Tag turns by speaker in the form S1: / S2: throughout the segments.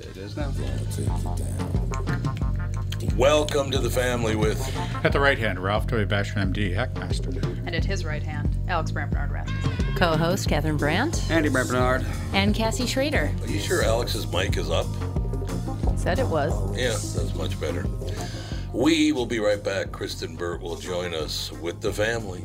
S1: It is now.
S2: Welcome to the family with
S3: At the right hand, Ralph Toy Basham, MD, Hackmaster.
S4: And at his right hand, Alex Brampernard Rasmussen.
S5: Co host Catherine Brandt
S1: Andy Bernard.
S5: and Cassie Schrader.
S2: Are you sure Alex's mic is up?
S5: Said it was.
S2: Yeah, that's much better. We will be right back. Kristen Burt will join us with the family.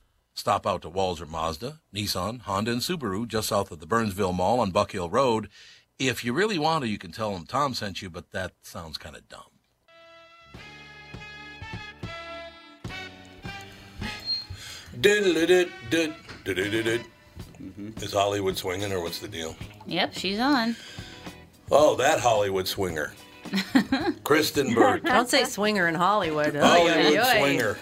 S2: Stop out to Walzer Mazda, Nissan, Honda, and Subaru just south of the Burnsville Mall on Buck Hill Road. If you really want to, you can tell them Tom sent you, but that sounds kind of dumb. Is Hollywood swinging, or what's the deal?
S5: Yep, she's on.
S2: Oh, that Hollywood swinger. Kristen Burt.
S5: Don't say swinger in Hollywood.
S2: Hollywood
S5: Oy, oy, oy.
S2: Oh, swinger.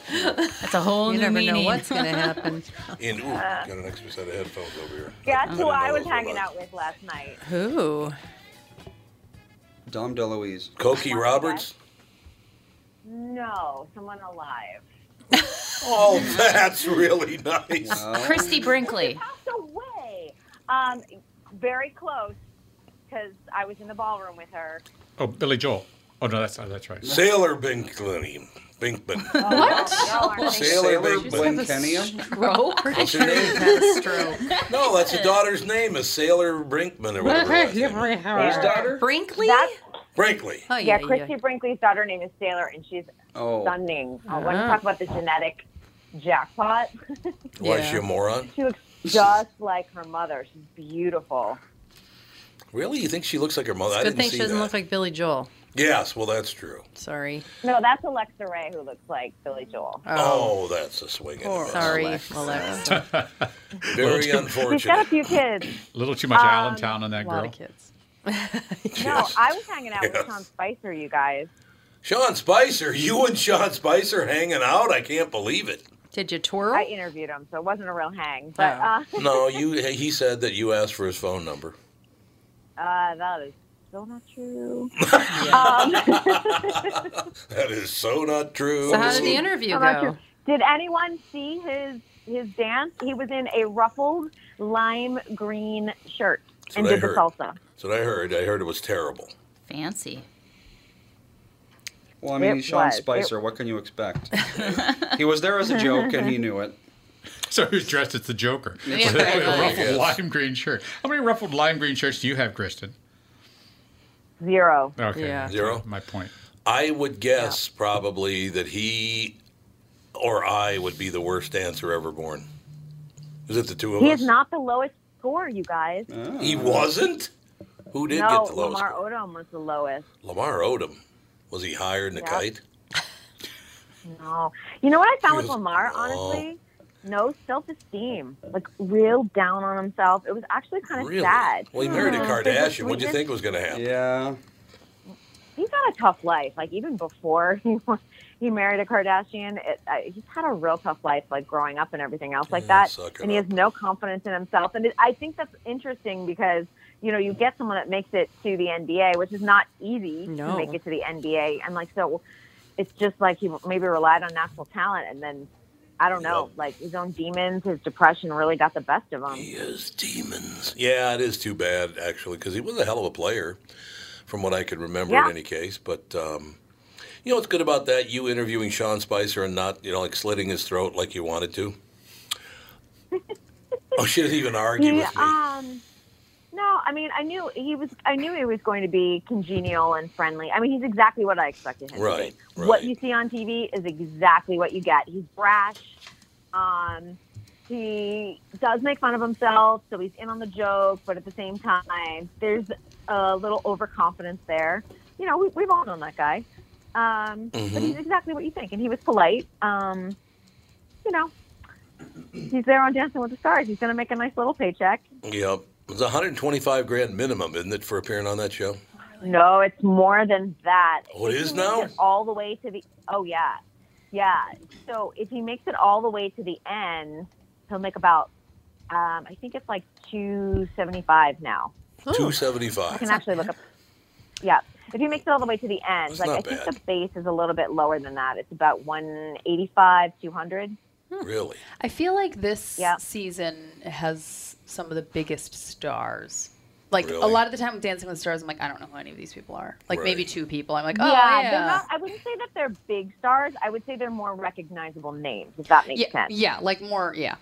S5: That's a whole
S4: You
S5: new
S4: never know
S5: meaning.
S4: what's
S5: going to happen.
S2: And ooh, got an extra set of headphones over here.
S6: That's Uh, who
S2: didn't
S6: I
S2: know
S6: was
S2: those were
S6: hanging
S2: mine.
S6: out with last night.
S5: Who?
S1: Dom DeLuise.
S2: Cokie Roberts.
S6: No, someone alive.
S2: Oh, that's really nice.
S1: Uh,
S7: Christy Brinkley.
S6: Passed away. Um, very close, because I was in the ballroom with her.
S3: Oh, Billy Joel. Oh, no, that's, oh, that's right.
S2: Sailor Binkman. Binkman.
S6: What?
S1: Sailor,
S2: Sailor
S1: Glenn
S2: Blank-
S1: Kenyon.
S5: Rope? Pretty
S2: sure he's
S5: had a stroke.
S2: No, that's the daughter's name is Sailor Brinkman or whatever. her last name is.
S1: Whose daughter?
S5: Brinkley?
S6: That's,
S2: Brinkley.
S5: oh,
S6: yeah, Christy Brinkley's daughter name is Sailor, and she's
S1: Oh,
S6: stunning. I want to
S5: Ah.
S6: talk about the genetic jackpot.
S2: Why is
S5: Yeah.
S2: she a moron?
S6: she looks just like her mother. She's beautiful.
S2: Really? You think she looks like her mother? I
S5: Good
S2: didn't
S5: thing
S2: see
S5: she doesn't
S2: that.
S5: look like Billy Joel.
S2: Yes, well, that's true.
S5: Sorry.
S6: No, that's Alexa Ray who looks like Billy Joel.
S2: Oh, that's a swing. and a miss.
S5: Sorry,
S1: Alexa.
S5: Alexa.
S2: Very
S6: She's got a
S2: unfortunate.
S6: few kids.
S3: A little too much
S6: Um,
S3: Allentown on that
S4: A lot
S3: girl.
S4: of kids.
S6: No, I was hanging out
S2: Yes.
S6: with Tom Spicer, you guys.
S2: Sean Spicer. You and Sean Spicer hanging out? I can't believe it.
S5: Did you twirl?
S6: I interviewed him, so it wasn't a real hang. But
S5: Oh.
S6: uh,
S2: No, you. He said that you asked for his phone number.
S6: uh, that is still not true. Um,
S2: That is so not true.
S5: so, how did the interview
S6: Still not
S5: go?
S6: true. Did anyone see his his dance? He was in a ruffled lime green shirt and
S2: what I
S6: did the
S2: heard.
S6: salsa.
S2: That's what I heard. I heard it was terrible.
S7: Fancy.
S1: well, I mean,
S6: It
S1: he's Sean
S6: was.
S1: Spicer. What can you expect? he was there as a joke, and he knew it.
S3: So who's dressed as the Joker?
S5: Yeah,
S3: With a
S5: right.
S3: ruffled
S2: Yes.
S3: lime green shirt. How many ruffled lime green shirts do you have, Kristen?
S6: Zero.
S3: Okay.
S5: Yeah.
S2: Zero?
S3: My point.
S2: I would guess probably that he or I would be the worst dancer ever born. Is it the two of
S6: He
S2: us?
S6: is not the lowest score, you guys.
S2: He wasn't? Who did
S6: no,
S2: get the lowest?
S6: Lamar
S2: score?
S6: Odom was the lowest.
S2: Lamar Odom. Was he higher than the
S6: Yeah.
S2: kite?
S6: No. You know what I found with
S2: Feels-
S6: Lamar,
S2: Oh.
S6: honestly? No self esteem. Like, real down on himself. It was actually kind of
S2: Really?
S6: sad.
S2: Well, he married a
S6: Because we
S2: Kardashian. What'd you
S6: just-
S2: think was going to happen?
S1: Yeah.
S6: He's had a tough life. Like, even before he was- he married a Kardashian, it, uh, he's had a real tough life, like growing up and everything else like
S2: Yeah,
S6: that.
S2: suck it
S6: And he
S2: up.
S6: has no confidence in himself. And it, I think that's interesting because. You know, you get someone that makes it to the NBA, which is not easy
S4: No.
S6: to make it to the NBA. And like, so it's just like he maybe relied on natural talent and then I don't know,
S2: Yep.
S6: like his own demons, his depression really got the best of him.
S2: He is demons. Yeah, it is too bad actually, because he was a hell of a player, from what I could remember.
S6: Yeah.
S2: In any case, but um, you know what's good about that? You interviewing Sean Spicer and not, you know, like slitting his throat like you wanted to. oh, she didn't even argue
S6: He,
S2: with me.
S6: um, no, I mean, I knew he was, I knew he was going to be congenial and friendly. I mean, he's exactly what I expected him
S2: Right,
S6: to be.
S2: right.
S6: What you see on TV is exactly what you get. He's brash. Um, he does make fun of himself, so he's in on the joke, but at the same time, there's a little overconfidence there. You know, we, we've all known that guy. Um, But he's exactly what you think, and he was polite. Um, you know, he's there on Dancing with the Stars. He's going to make a nice little paycheck.
S2: Yep, it's 125 grand minimum, isn't it, for appearing on that show?
S6: No, it's more than that.
S2: Oh, it
S6: If
S2: is
S6: he makes
S2: now?
S6: it all the way to the. Oh yeah, yeah. So if he makes it all the way to the end, he'll make about. Um, I think it's like two seventy five now.
S2: Two
S6: I
S2: seventy-five.
S6: can actually look up. Yeah, if he makes it all the way to the end,
S2: It's
S6: like I
S2: not
S6: think
S2: bad.
S6: the base is a little bit lower than that. It's about one eighty five, two hundred.
S4: Hmm.
S2: Really?
S4: I feel like this
S6: Yeah.
S4: season has some of the biggest stars. Like a
S2: Really?
S4: lot of the time with Dancing with the Stars, I'm like, I don't know who any of these people are. Like maybe
S2: Right.
S4: two people. I'm like, oh
S6: yeah,
S4: yeah,
S6: they're not. I wouldn't say that they're big stars. I would say they're more recognizable names. If that makes
S4: yeah,
S6: sense.
S4: yeah, like more, yeah.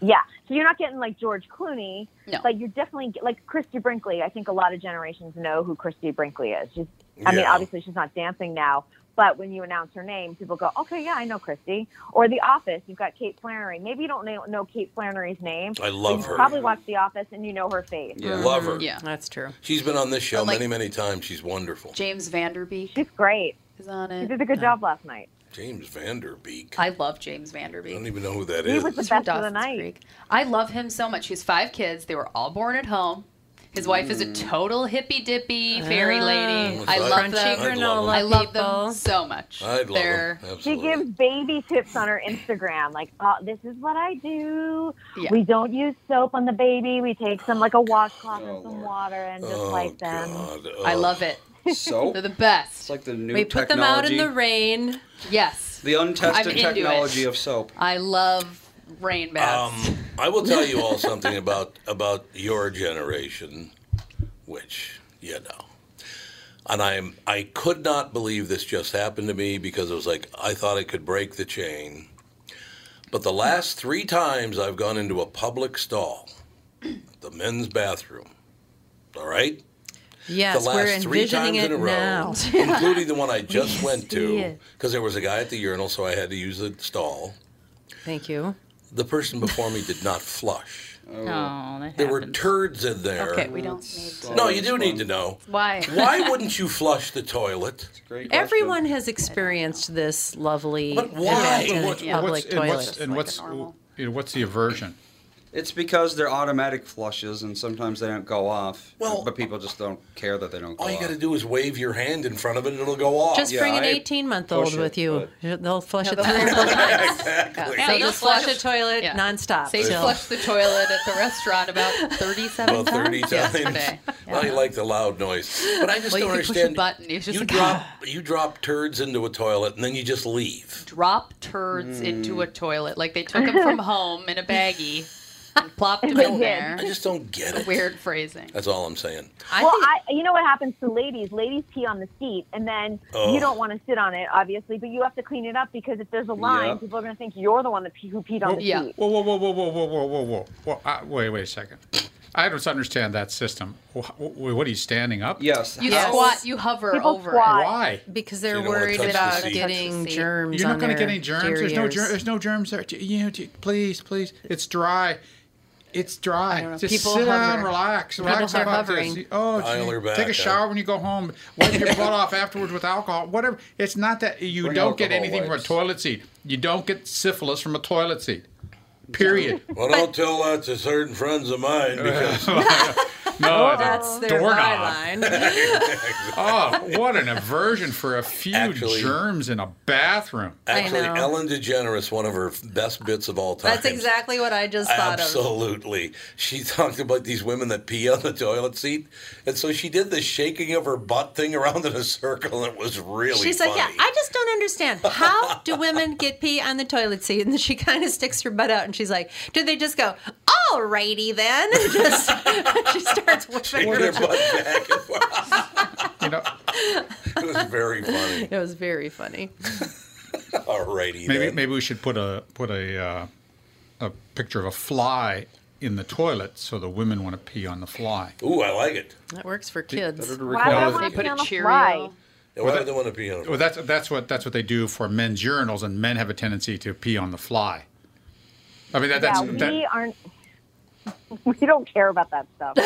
S6: Yeah. So you're not getting like George Clooney,
S4: No.
S6: but you're definitely get- like Christy Brinkley. I think a lot of generations know who Christy Brinkley is. She's, I mean,
S2: Yeah.
S6: obviously she's not dancing now, but when you announce her name, people go, "Okay, yeah, I know Christy." Or The Office, you've got Kate Flannery. Maybe you don't know, know Kate Flannery's name.
S2: I love
S6: but you
S2: her.
S6: Probably watched The Office and you know her face.
S1: Yeah.
S2: Love her.
S4: Yeah.
S8: That's true.
S2: She's been on this show
S4: But, like-
S2: many, many times. She's wonderful.
S4: James Vanderbeek
S6: She's great.
S4: is on
S6: She
S4: it.
S6: did a good job last night.
S2: James Vanderbeek. I
S4: I love James
S2: don't
S4: Vanderbeek.
S2: even know who that
S6: He
S2: is.
S6: was the
S4: He's from
S6: best of the
S4: Dawson's
S6: night.
S4: Creek. I love him so much. He has five kids. They were all born at home. His wife is
S2: Mm.
S4: a total hippie dippy fairy
S6: Ah.
S4: lady.
S2: Looks
S4: I
S2: like- Ah.
S4: love
S2: I'd
S4: them.
S2: love them.
S4: I love them
S8: people.
S4: so much.
S2: I'd love
S4: They're
S2: them. Absolutely.
S6: She gives baby tips on her Instagram, like, oh, this is what I do.
S4: Yeah.
S6: We don't use soap on the baby. We take some, like, a washcloth
S1: Oh,
S6: and some
S1: Lord.
S6: water and just
S2: Oh,
S6: like them.
S2: God.
S4: I
S2: Oh.
S4: love it.
S1: So
S4: They're the best.
S1: it's like the new
S8: We put them out in
S1: technology-
S8: the rain.
S4: yes,
S1: the
S4: I'm
S1: untested
S4: into it.
S1: technology of soap.
S4: I love rain baths.
S2: Um, I will tell you all something about about your generation, which you know. And I'm I could not believe this just happened to me because it was like I thought I could break the chain. But the last three times I've gone into a public stall, the men's bathroom. All right?
S5: Yes,
S2: the
S5: we're
S2: last three
S5: envisioning
S2: times in
S5: it
S2: a row,
S5: now.
S2: including the one I just went
S5: see
S2: to,
S5: it.
S2: because there was a guy at the urinal, so I had to use the stall.
S5: Thank you.
S2: The person before me did not flush.
S8: Oh, that
S2: There were
S8: happens.
S2: turds in there.
S4: okay, we don't need
S1: So
S2: No, you
S1: it's
S2: do
S1: one-
S2: need to know.
S4: why.
S2: Why wouldn't you flush the toilet?
S1: Great question.
S5: Everyone has experienced this lovely
S2: But why?
S5: event in
S2: What-
S5: a
S3: And
S5: public
S3: and what's,
S5: toilet.
S3: and what's,
S4: normal.
S3: you know, what's the aversion?
S1: It's because they're automatic flushes, and sometimes they don't go off.
S2: Well-
S1: but people just don't care that they don't go
S2: All you
S1: off.
S2: got to do is wave your hand in front of it, and it'll go off.
S5: Just
S1: Yeah,
S5: bring an
S1: I
S5: 18 month old
S1: push it,
S5: with you. They'll flush it
S4: they'll-
S5: through.
S2: Exactly.
S4: Yeah.
S5: They'll
S4: you
S5: just flush a
S4: flush-
S5: toilet
S4: yeah.
S5: nonstop.
S4: Sage
S5: till-
S4: flushed the toilet at the restaurant about 37
S2: About 30
S4: times,
S2: times.
S4: yesterday.
S2: I like the loud noise, but I just
S4: Well, you
S2: don't
S4: could push a
S2: understand.
S4: button. It's just
S2: you
S4: like,
S2: drop you drop turds into a toilet, and then you just leave.
S4: Drop turds
S2: Hmm.
S4: into a toilet. Like they took him from home in a baggie and plopped him in
S6: did.
S4: there.
S2: I just don't get it.
S4: Weird phrasing.
S2: That's all I'm saying.
S5: I
S6: well,
S5: think-
S6: I, you know what happens to ladies? Ladies pee on the seat, and then
S2: Oh.
S6: you don't want to sit on it, obviously, but you have to clean it up because if there's a line,
S1: Yep.
S6: people are going to think you're the one that pee, who peed on the
S4: Yeah.
S6: seat.
S3: Whoa, whoa, whoa, whoa, whoa, whoa, whoa, whoa, whoa. whoa uh, wait, wait a second. I don't understand that system. Wh- wh- What are you standing up?
S1: Yes.
S4: You
S1: how-
S4: squat, you hover
S6: People
S4: over
S6: squat.
S3: Why?
S5: because they're
S2: don't wanna
S5: worried
S2: touch the
S5: about
S2: seat.
S5: getting
S4: Touch the seat.
S5: germs.
S3: You're not
S5: going to
S3: get any germs. There's no germs. There's no germs there. Do- You know, do- please, please. It's dry. It's dry.
S5: don't know.
S3: Just
S5: People
S3: sit down,
S5: hover.
S3: relax,
S5: People
S3: relax
S5: are
S3: about
S5: hovering.
S3: this. Oh,
S2: Dial her
S3: gee,
S2: back
S3: take a
S2: up.
S3: shower when you go home. Wipe your butt off afterwards with alcohol. Whatever. It's not that you
S2: Bring
S3: don't get
S2: alcohol
S3: anything
S2: wipes.
S3: from a toilet seat. You don't get syphilis from a toilet seat. Period.
S2: Well, don't tell that to certain friends of mine because
S3: no, the
S5: That's their
S3: doorknob.
S5: byline.
S3: Oh, what an aversion for a few
S2: Actually-
S3: germs in a bathroom.
S2: actually,
S5: know.
S2: Ellen DeGeneres, one of her best bits of all time.
S5: That's exactly what I just thought of.
S2: Absolutely. She talked about these women that pee on the toilet seat. And so she did the shaking of her butt thing around in a circle, and it was really
S5: She's
S2: funny.
S5: like, yeah, I just don't understand. How do women get pee on the toilet seat? And then she kind of sticks her butt out, and she's like, do they just go, alrighty then? And just she starts whipping
S2: Shaking her
S5: her.
S2: butt back and forth.
S3: You know,
S2: It was very funny.
S5: It was very funny.
S2: Alrighty.
S3: maybe
S2: then.
S3: maybe we should put a put a uh, a picture of a fly in the toilet so the women want to pee on the fly.
S2: Ooh, I like it.
S5: That works for kids.
S6: Why would I
S3: They
S6: want to
S4: put
S6: be
S4: a
S6: on the
S4: Cheerio.
S6: fly?
S2: Why would they want to pee on a
S3: Well, that's that's what that's what they do for men's urinals, and men have a tendency to pee on the fly. I mean, that, that's
S6: yeah, we
S3: that,
S6: aren't. We don't care about that stuff.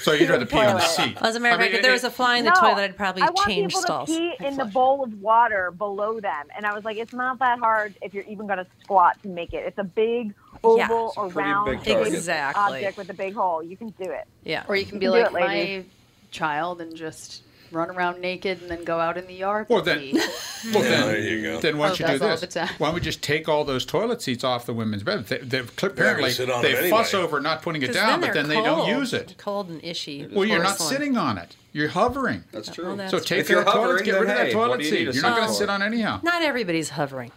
S3: so you'd rather pee on the seat.
S5: Well, as a matter of
S3: I
S5: fact,
S3: mean,
S5: if there
S3: it-
S5: was a fly in the
S6: no,
S5: toilet, I'd probably
S6: I want
S5: change
S6: people
S5: stalls.
S6: to pee
S5: I'd
S6: in the
S5: flush.
S6: bowl of water below them, and I was like, it's not that hard if you're even going to squat to make it. It's a big oval
S5: Yeah. It's
S6: or
S1: pretty
S6: round
S1: big
S6: shaped
S1: target.
S5: Exactly.
S6: object with a big hole. You can do it.
S5: Yeah.
S4: Or you can be
S6: You do
S4: like
S6: it,
S4: my
S6: lady.
S4: child and just run around naked and then go out in the yard.
S3: Well,
S4: and
S3: then-
S4: pee.
S2: Yeah,
S3: well, then,
S2: there you go.
S3: then why don't you
S4: Oh,
S3: do
S4: that's all the
S3: this?
S4: time.
S3: Why don't we just take all those toilet seats off the women's bed? They, they, apparently,
S2: sit on
S3: they
S2: them
S3: fuss
S2: anyway.
S3: over not putting it
S5: 'Cause
S3: down, but
S5: they're
S3: then they don't
S5: cold.
S3: use it.
S5: Cold and ishy.
S3: Well, you're not
S5: Porcelain.
S3: sitting on it. You're hovering.
S1: That's true.
S5: Well, that's- Oh.
S3: so take
S1: If you're
S3: that toilet,
S1: hovering,
S3: get
S1: then
S3: rid of that
S1: hey, what
S3: toilet
S1: do you
S3: seat.
S1: need a
S3: You're not
S1: seat
S3: going to
S1: for?
S3: sit on anyhow.
S5: Not everybody's hovering.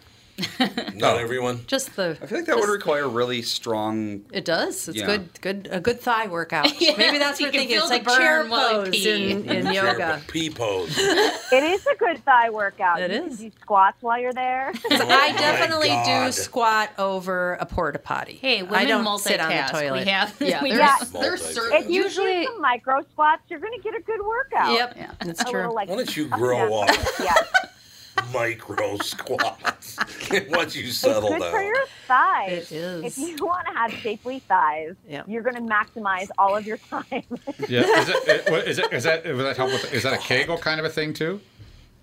S2: Not everyone.
S5: Just the.
S1: I feel like that would require really strong.
S5: It does. It's
S1: Yeah.
S5: good. Good. A good thigh workout.
S7: Yeah,
S5: Maybe that's
S7: so
S5: what
S7: you
S5: thinking.
S7: can
S5: It's
S7: feel
S5: like
S7: the
S5: chair
S7: burn while you
S5: pose
S7: pee.
S5: in, in
S2: Sure,
S5: yoga.
S2: but Pee pose.
S6: It is a good thigh workout.
S5: It
S6: you
S5: is.
S6: Can do squats while you're there.
S5: I
S2: Oh my
S5: definitely do
S2: God.
S5: squat over a porta potty.
S7: Hey,
S5: I
S7: women
S5: don't
S7: multitask.
S5: sit on the toilet.
S7: We have.
S4: Yeah,
S7: we
S4: there's,
S6: Yeah.
S4: there's
S2: Multitask.
S6: if
S4: certain,
S6: you
S4: usually
S6: do some micro squats, you're going to get a good workout.
S5: Yep,
S4: Yeah.
S5: that's
S6: A
S5: true.
S6: little like
S2: Why don't you grow up?
S6: yeah.
S2: micro squats once you
S6: It's
S2: settle
S6: good
S2: down.
S6: for your thighs.
S5: It is.
S6: If you want to have shapely thighs,
S5: Yep.
S6: you're going to maximize all of your time.
S3: Yeah, is, it, it, what- is, it, is that would that help with? Is that a Kegel kind of a thing too?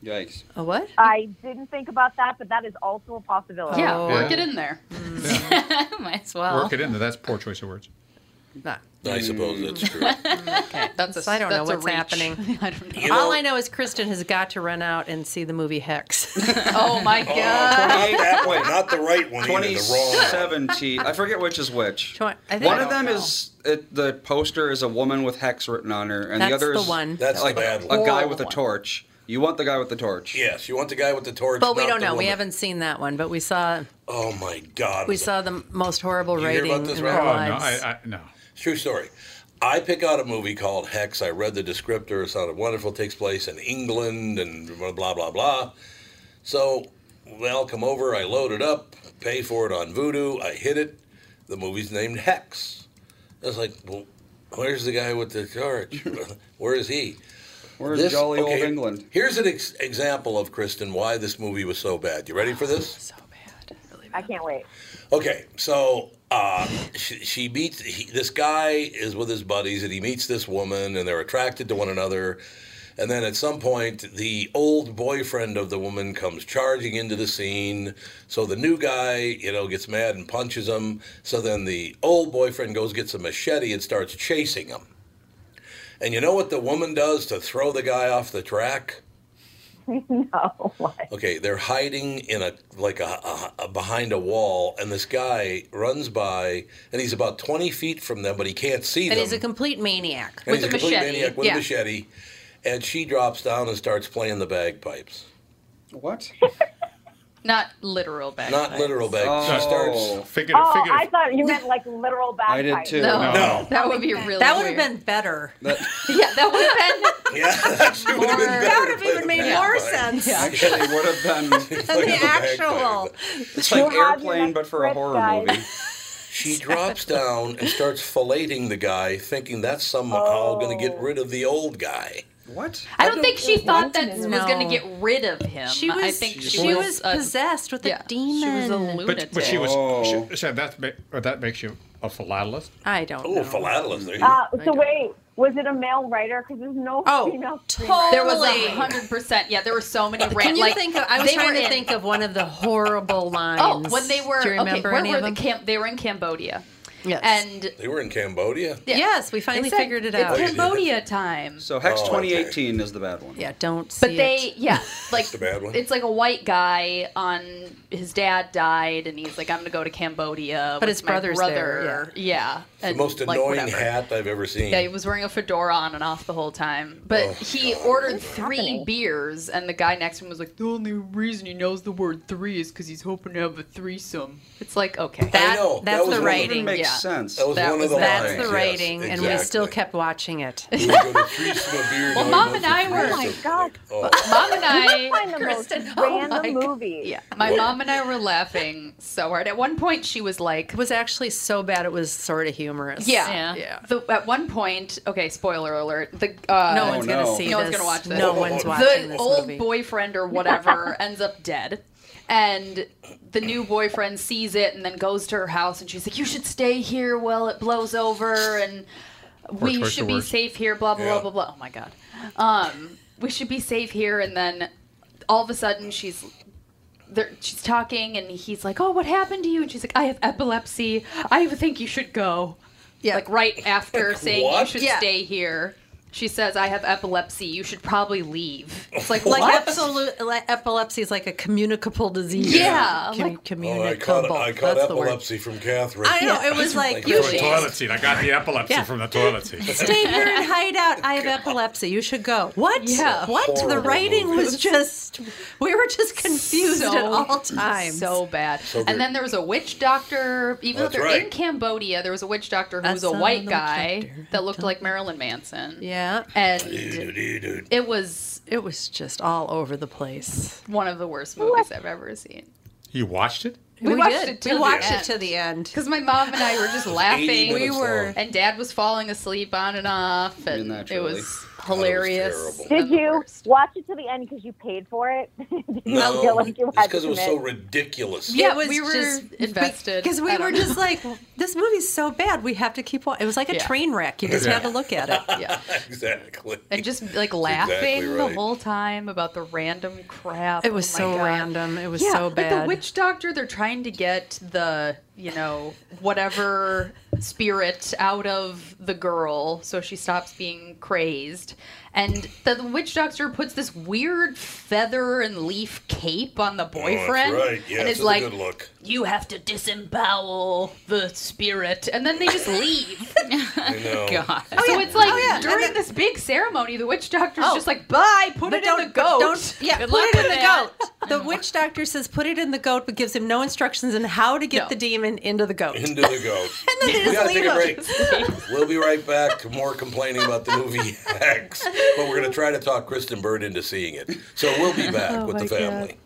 S1: Yikes.
S5: A what?
S6: I didn't think about that, but that is also a possibility.
S4: yeah,
S5: Oh.
S4: work it in there.
S7: Might as well.
S3: Work it in. there. That's poor choice of words.
S5: Nah.
S2: I suppose that's true.
S4: Okay, that's a,
S5: I don't know
S4: that's a
S5: what's
S4: reach.
S5: happening.
S4: I don't know.
S2: You
S5: All
S2: know-
S5: I know is Kristen has got to run out and see the movie Hex.
S4: Oh my
S2: Oh,
S4: god.
S2: not that one, not the right one, either, the wrong one.
S1: 2017. I forget which is which.
S5: Twen- I think-
S1: one
S5: I
S1: of
S5: don't
S1: them is it, the poster is a woman with hex written on her, and
S5: That's
S1: the other
S5: the
S1: is
S5: one.
S2: That's
S1: like
S2: the bad
S1: a
S2: one.
S1: guy with a
S4: one.
S1: torch. You want the guy with the torch?
S2: Yes, you want the guy with the torch.
S5: but we
S2: not
S5: don't
S2: the
S5: know. We
S2: woman.
S5: haven't seen that one. But we saw
S2: Oh my God!
S5: we saw the most horrible
S2: You hear
S5: rating
S2: about this,
S5: in
S2: Rob?
S5: our
S3: Oh no,
S5: lives.
S3: I, I, no.
S2: True story. I pick out a movie called Hex. I read the descriptor. It sounded wonderful. It takes place in England and blah, blah, blah, blah. So they all come over. I load it up, pay for it on Voodoo. I hit it. The movie's named Hex. I was like, well, where's the guy with the torch? Where is he?
S1: We're in jolly old England.
S2: Here's an ex- example of Kristen why this movie was so bad. You ready for this?
S5: so bad. Really
S6: I can't wait.
S2: Okay, so uh, she, she meets he, this guy is with his buddies, and he meets this woman, and they're attracted to one another. And then at some point, the old boyfriend of the woman comes charging into the scene. So the new guy, you know, gets mad and punches him. So then the old boyfriend goes gets a machete and starts chasing him. And you know what the woman does to throw the guy off the track?
S6: No, what?
S2: Okay, they're hiding in a like a, a, a- behind a wall, and this guy runs by, and he's about twenty feet from them, but he can't see
S5: And
S2: them.
S5: he's a complete maniac.
S2: And he's
S4: with a
S2: complete
S4: machete,
S2: maniac with
S5: yeah.
S2: a machete, and she drops down and starts playing the bagpipes.
S1: What?
S4: Not literal back.
S2: Not literal bagpipes. She
S1: Oh,
S2: starts.
S3: Figure,
S6: Oh,
S3: figure.
S6: I thought you meant like literal
S1: I
S6: bagpipes.
S1: did too.
S4: No.
S2: No.
S4: That would be really
S5: That would have been
S4: weird.
S5: better.
S4: Yeah, that would have been
S2: Yeah, that would have been better.
S5: That would have
S2: playing
S5: even
S2: the
S5: made more
S2: bagpipes.
S5: sense
S1: Actually, would have been.
S5: than the
S2: Playing bagpipes.
S5: actual.
S1: It's
S6: You
S1: like
S6: have your
S1: airplane,
S6: next
S1: but for a
S6: script,
S1: horror
S6: guys.
S1: movie.
S2: She drops down and starts filleting the guy, thinking that's somehow going to get rid of the old guy.
S1: What?
S4: I don't think she thought that was
S5: No.
S4: going to get rid of him.
S5: She was
S4: I think she,
S5: she was
S4: a-
S5: possessed with
S4: yeah,
S5: a demon.
S4: She was a lunatic.
S3: But, but she was.
S1: Oh.
S3: She, so that ma- or that makes you a philatelist.
S5: I don't
S2: Oh,
S5: know.
S2: philatelist. There you
S6: Uh,
S2: go.
S6: so wait, was it a male writer? Because there's no
S5: Oh,
S6: female.
S5: totally.
S4: there was
S5: Really?
S4: a hundred percent. Yeah, there were so many. Rant,
S5: Can you
S4: like,
S5: think of? I was
S4: they
S5: trying
S4: were
S5: to
S4: in-
S5: think of one of the horrible lines.
S4: Oh, when they were
S5: Do you remember
S4: okay, where
S5: any
S4: were
S5: of
S4: the
S5: them?
S4: Cam- they were in Cambodia.
S5: Yes.
S4: And
S2: They were in Cambodia.
S4: yeah,
S5: Yes, we finally
S4: they said,
S5: figured it
S4: it's
S5: out.
S4: Cambodia time.
S1: So Hex
S2: Oh, okay.
S1: 2018 is the bad one.
S5: yeah, don't. See
S4: But they,
S5: it.
S4: yeah, like
S2: the bad one.
S4: it's like a white guy on his dad died, and he's like, I'm gonna go to Cambodia.
S5: But
S4: with
S5: his
S4: my
S5: brother's
S4: brother.
S5: there,
S4: Yeah, and, like, whatever.
S2: I've ever seen.
S4: Yeah, he was wearing a fedora on and off the whole time. But
S2: Oh,
S4: he
S2: God.
S4: ordered three beers, and the guy next to him was like, "The only reason he knows the word three is because he's hoping to have a threesome." It's like, okay,
S5: That,
S2: know, that
S5: that's
S2: was
S5: the
S2: one of the-
S1: It
S5: writing.
S1: makes
S4: Yeah.
S1: sense.
S4: That was-
S5: That's
S1: Right,
S5: the
S1: yes,
S5: writing, and we still
S2: exactly.
S5: kept watching it.
S2: We would go to threesome of beer,
S4: Well,
S2: no,
S4: Mom
S2: no,
S4: and I
S2: no,
S4: were-
S2: no,
S4: Oh, my
S2: no.
S6: God.
S2: Oh,
S4: mom and
S6: I find
S4: I,
S6: the
S4: Kristen,
S6: most
S4: oh my
S6: random
S4: God.
S6: movie.
S4: yeah, my mom and I were laughing so hard. At one point, she was like,
S5: It was actually so bad it was sort of humorous.
S4: "Yeah,
S7: Yeah.
S4: The, at one point, okay, spoiler alert. The uh,
S5: No
S1: Oh,
S5: one's gonna
S1: no.
S5: see
S4: No one's
S5: this.
S4: gonna watch this.
S5: No one's
S2: The
S5: watching
S4: the
S5: this
S4: old
S5: movie.
S4: boyfriend or whatever ends up dead and the new boyfriend sees it and then goes to her house and she's like you should stay here while it blows over and we
S3: Worse, worse,
S4: should be
S3: worse.
S4: safe here blah blah
S2: Yeah.
S4: blah blah blah oh my god um, we should be safe here and then all of a sudden she's they're, she's talking and he's like oh what happened to you and she's like i have epilepsy i think you should go
S5: Yeah.
S4: like right after saying you
S2: what?
S4: should
S5: Yeah.
S4: stay here she says i have epilepsy you should probably leave
S5: It's like like absolute like, epilepsy is like a communicable disease.
S4: Yeah,
S5: Com-
S4: like-
S2: oh,
S5: communicable.
S2: I caught, I caught
S5: That's the word.
S2: epilepsy from Catherine.
S5: I know it was like
S2: From
S5: you
S2: the
S5: should
S2: toilet
S3: seat. I got the epilepsy
S5: Yeah.
S3: from the toilet seat.
S5: stay here and hide out. I have epilepsy. You should go. What?
S4: Yeah.
S5: What? The
S2: Horrible
S5: writing
S2: movie.
S5: was just we were just confused
S4: So-
S5: at all times.
S4: So bad.
S2: good.
S4: and then there was a witch doctor. Even
S2: That's
S4: though they're
S2: right.
S4: in Cambodia, there was a witch doctor who
S5: I
S4: was a
S5: saw the
S4: white
S5: witch
S4: guy
S5: doctor.
S4: that looked like Marilyn Manson.
S5: yeah.
S4: And
S2: Dude,
S4: it was
S5: It was just all over the place.
S4: one of the worst movies I've ever seen.
S3: You watched it?
S4: We watched
S5: did.
S4: it till
S5: we
S4: the
S5: watched
S4: end.
S5: it to the end.
S4: Because my mom and I were just laughing.
S2: minutes
S4: We
S2: long.
S4: were, and Dad was falling asleep on and off, and it
S1: naturally.
S4: was hilarious.
S2: terrible.
S4: and
S6: Did
S4: the
S6: you
S4: worst.
S6: watch it to the end because you paid for it? Did you not feel like you
S2: Oh, it's
S6: had
S2: because
S6: to
S2: it was so
S6: commit?
S2: ridiculous.
S4: Yeah, we were invested.
S5: because we
S4: I don't
S5: were
S4: know.
S5: just like, this movie's so bad, we have to keep watching. It was like a
S4: Yeah.
S5: train wreck. You just
S3: Yeah.
S5: had to look at it.
S4: Yeah.
S2: exactly.
S4: And just like laughing
S2: right.
S4: the whole time about the random crap.
S5: It was
S4: Oh my
S5: so
S4: God.
S5: random. It was
S4: yeah,
S5: so bad.
S4: Like the witch doctor, they're trying to get the, you know, whatever spirit out of the girl so she stops being crazed. And the, the witch doctor puts this weird feather and leaf cape on the
S2: Oh, that's
S4: boyfriend.
S2: right. Yeah,
S4: and
S2: it's
S4: it's
S2: a
S4: like,
S2: good look.
S4: you have to disembowel the spirit. And then they just leave.
S2: I know.
S7: God.
S4: so it's like
S5: Oh, yeah.
S4: during
S5: And
S4: this big ceremony, the witch doctor's
S5: Oh.
S4: just like, bye, put it in the goat.
S5: Don't, yeah,
S4: Good
S5: put
S4: luck
S5: it in
S4: with
S5: the goat. The witch doctor says put it in the goat, but gives him no instructions on how to get
S4: No.
S5: the demon into the goat.
S2: Into the goat.
S5: And then they
S2: we
S5: just
S2: gotta
S5: leave
S2: take a
S5: him.
S2: break. we'll be right back. More complaining about the movie X, but we're gonna try to talk Kristen Bird into seeing it. So we'll be back
S5: Oh
S6: Oh,
S2: with the family.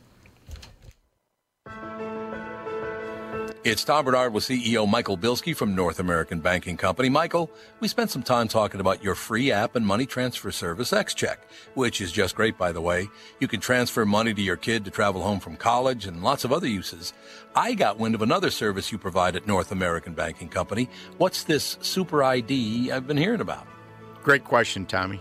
S2: It's Tom Bernard with CEO Michael Bilski from North American Banking Company. Michael, we spent some time talking about your free app and money transfer service, XCheck, which is just great, by the way. You can transfer money to your kid to travel home from college and lots of other uses. I got wind of another service you provide at North American Banking Company. What's this Super ID I've been hearing about?
S9: Great question, Tommy.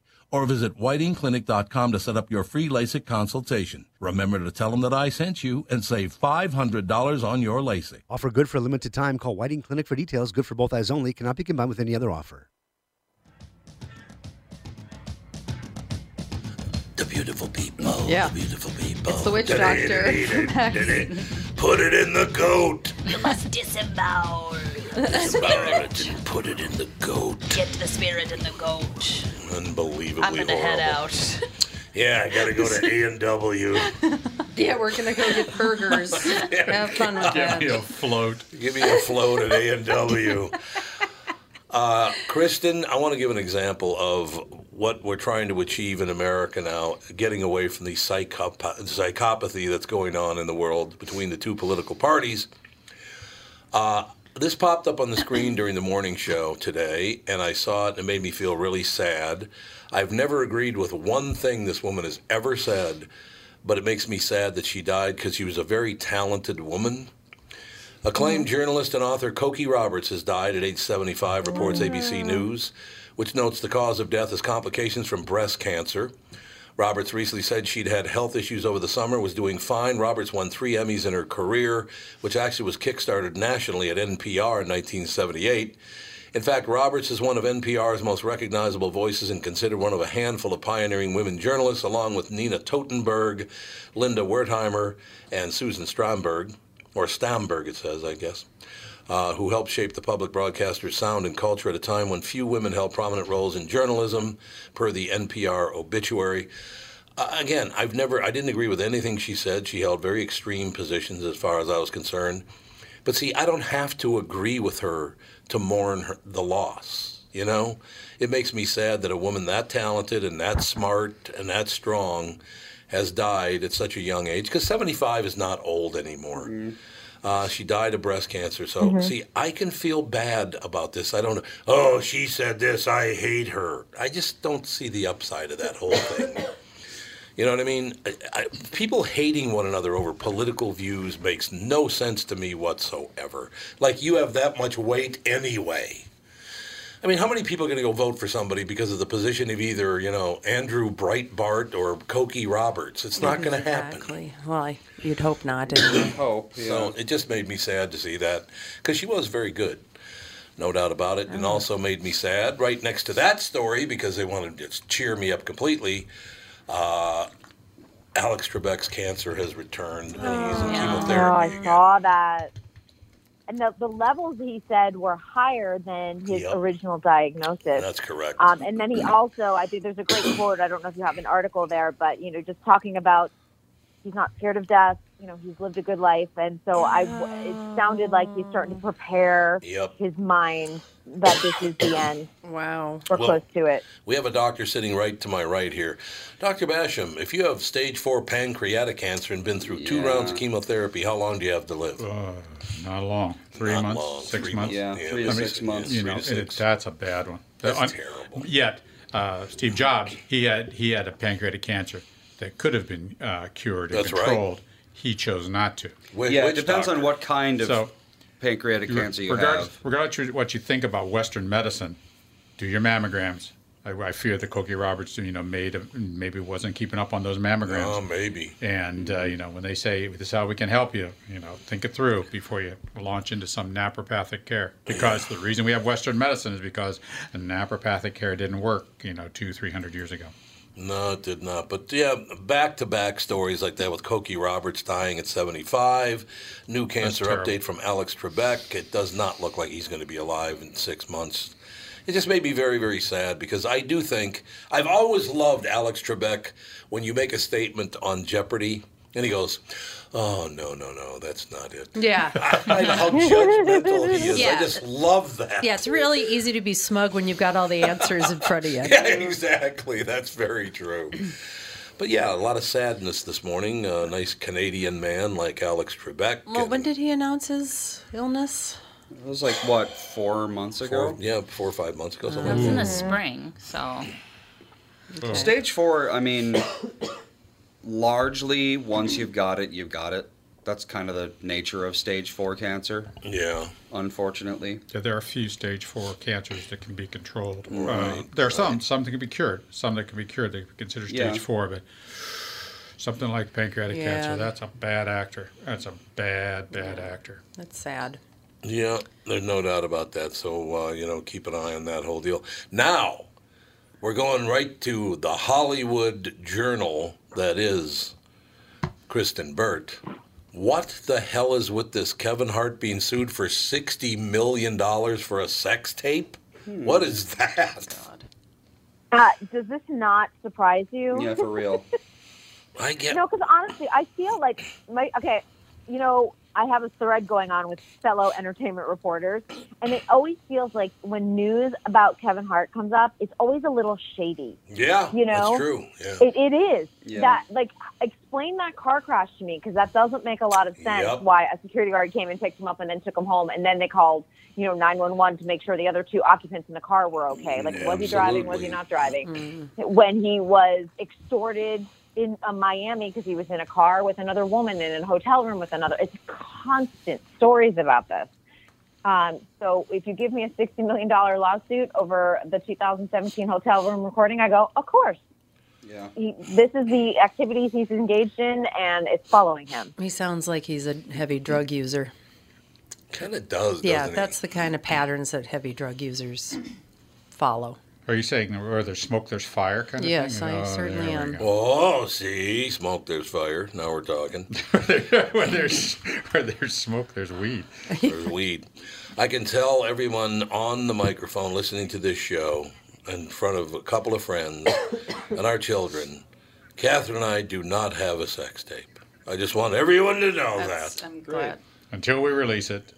S10: or visit whitingclinic.com to set up your free LASIK consultation. Remember to tell them that I sent you and save $500 on your LASIK.
S11: Offer good for a limited time. Call Whiting Clinic for details. Good for both eyes only. Cannot be combined with any other offer.
S2: The beautiful people.
S4: Yeah.
S2: The beautiful people.
S4: It's the witch doctor from Hexen.
S2: Put it in the goat.
S7: You must disembowel the
S2: Disembowel it
S7: spirit.
S2: and put it in the goat.
S7: Get the spirit and the goat.
S2: Unbelievably
S7: I'm gonna head
S2: horrible.
S7: out.
S2: Yeah, I gotta go to A and W.
S5: Yeah, we're gonna go get burgers. Have fun with that.
S2: float. Give me a float at A and W. Uh, Kristen, I want to give an example of what we're trying to achieve in America now, getting away from the psychop- psychopathy that's going on in the world between the two political parties. Uh, this popped up on the screen during the morning show today, and I saw it and it made me feel really sad. I've never agreed with one thing this woman has ever said, but it makes me sad that she died because she was a very talented woman. Acclaimed journalist and author Cokie Roberts has died at age 75, reports ABC News, which notes the cause of death is complications from breast cancer. Roberts recently said she'd had health issues over the summer, was doing fine. Roberts won three Emmys in her career, which actually was kickstarted nationally at NPR in 1978. In fact, Roberts is one of NPR's most recognizable voices and considered one of a handful of pioneering women journalists, along with Nina Totenberg, Linda Wertheimer, and Susan Stromberg, or Stamberg, it says, I guess, uh, who helped shape the public broadcaster's sound and culture at a time when few women held prominent roles in journalism, per the NPR obituary. Uh, again, I've never, I didn't agree with anything she said. She held very extreme positions as far as I was concerned. But see, I don't have to agree with her to mourn her, the loss. You know, it makes me sad that a woman that talented and that smart and that strong has died at such a young age because 75 is not old anymore. Uh, she died of breast cancer. So,
S12: Mhm.
S2: see, I can feel bad about this. I don't, oh, she said this. I hate her. I just don't see the upside of that whole thing. You know what I mean? I, I, people hating one another over political views makes no sense to me whatsoever. Like you have that much weight anyway. I mean, how many people are going to go vote for somebody because of the position of either you know Andrew Breitbart or Cokie Roberts? It's not going to happen.
S5: Exactly. Well, I, you'd hope not. And
S1: hope.
S2: So it just made me sad to see that because she was very good, no doubt about it, and also made me sad right next to that story because they wanted to just cheer me up completely. Uh, Alex Trebek's cancer has returned, and he's in
S6: Oh,
S2: chemotherapy.
S6: I saw that. And the, the levels he said were higher than his
S2: Yep.
S6: original diagnosis.
S2: That's correct.
S6: Um, and then he also, I think there's a great quote. I don't know if you have an article there, but you know, just talking about he's not scared of death. You know, he's lived a good life, and so I, it sounded like he's starting to prepare
S2: Yep.
S6: his mind that this is the end.
S5: Wow,
S6: we're
S2: Well-
S6: close to it.
S2: We have a doctor sitting right to my right here. Dr. Basham, if you have stage four pancreatic cancer and been through two rounds of chemotherapy, how long do you have to live?
S3: Uh, Not long. Three
S2: Not
S3: months,
S2: long.
S3: six
S2: Three months.
S3: months.
S2: Yeah, three to
S3: I mean,
S2: six months.
S3: You
S2: Three
S3: know,
S2: to
S3: it- that's a bad one.
S2: That's
S3: I'm-
S2: terrible.
S3: Yet, uh, Steve Jobs, he had he had a pancreatic cancer that could have been uh, cured and
S1: That's right.
S3: controlled. He chose not to.
S1: yeah, it depends on what kind of
S3: So-
S1: pancreatic cancer you
S3: regardless,
S1: have.
S3: regardless of what you think about Western medicine, do your mammograms. I, I fear that Cokie Roberts, you know, made maybe wasn't keeping up on those mammograms.
S2: Oh, maybe.
S3: And uh, you know, when they say this is how we can help you, you know, think it through before you launch into some naturopathic care. Because the reason we have Western medicine is because naturopathic care didn't work, you know, two, three hundred years ago.
S2: No, it did not. But yeah, back to back stories like that with Cokie Roberts dying at 75, new cancer
S3: terrible.
S2: update from Alex Trebek. It does not look like he's going to be alive in six months. It just made me very, very sad because I do think I've always loved Alex Trebek when you make a statement on Jeopardy and he goes, Oh, no, no, no, that's not it.
S5: Yeah.
S2: I know how judgmental he is. I
S5: Yeah.
S2: just love that.
S5: yeah, it's really easy to be smug when you've got all the answers in front of you.
S2: Yeah, exactly. That's very true. But yeah, a lot of sadness this morning. A nice Canadian man like Alex Trebek.
S5: Well, when did he announce his illness?
S1: It was like what four months ago?
S2: yeah, four or five months ago.
S1: something
S7: That's in the spring, so. Okay.
S1: Stage four. I mean, largely once you've got it, you've got it. That's kind of the nature of stage four cancer.
S2: Yeah.
S1: Unfortunately.
S3: Yeah, there are a few stage four cancers that can be controlled. Uh,
S1: Right,
S3: there are some. Some that can be cured. Some that can be cured. They can be considered stage
S1: Yeah.
S3: four, but something like pancreatic
S5: Yeah.
S3: cancer, that's a bad actor. That's a bad, bad actor.
S5: That's sad.
S2: Yeah, there's no doubt about that. So, uh, you know, keep an eye on that whole deal. Now, we're going right to the Hollywood Journal that is Kristen Burt. What the hell is with this Kevin Hart being sued for $60 million for a sex tape? What is that?
S6: Uh, does this not surprise you?
S1: real.
S2: I get
S6: No, because honestly, I feel like my okay. You know, I have a thread going on with fellow entertainment reporters, and it always feels like when news about Kevin Hart comes up, it's always a little shady.
S2: Yeah,
S6: you know,
S2: that's true. Yeah.
S6: It, it is
S2: Yeah.
S6: that like explain that car crash to me because that doesn't make a lot of sense.
S2: Yep.
S6: Why a security guard came and picked him up and then took him home, and then they called you know nine one one to make sure the other two occupants in the car were okay. Like, was he driving? Was he
S12: Absolutely.
S6: not driving? when he was extorted in uh, Miami because he was in a car with another woman in a hotel room with another. It's constant stories about this. Um, so if you give me a $60 million lawsuit over the 2017 hotel room recording, I go, of course.
S1: Yeah.
S6: He, this is the activities he's engaged in, and it's following him.
S5: He sounds like he's a heavy drug user.
S2: Kind of does,
S5: Yeah,
S3: doesn't he?
S5: that's the kind of patterns that heavy drug users follow.
S3: Are you saying that where there's smoke, there's fire kind of
S5: Yes,
S3: thing?
S5: I certainly
S3: Oh, there we
S5: am.
S3: go.
S2: Oh, see, smoke, there's fire. Now we're talking.
S3: where, there's, where there's smoke, there's weed.
S2: There's weed. I can tell everyone on the microphone listening to this show in front of a couple of friends and our children, Catherine and I do not have a sex tape. I just want everyone to know that.
S4: I'm glad.
S3: Until we release it.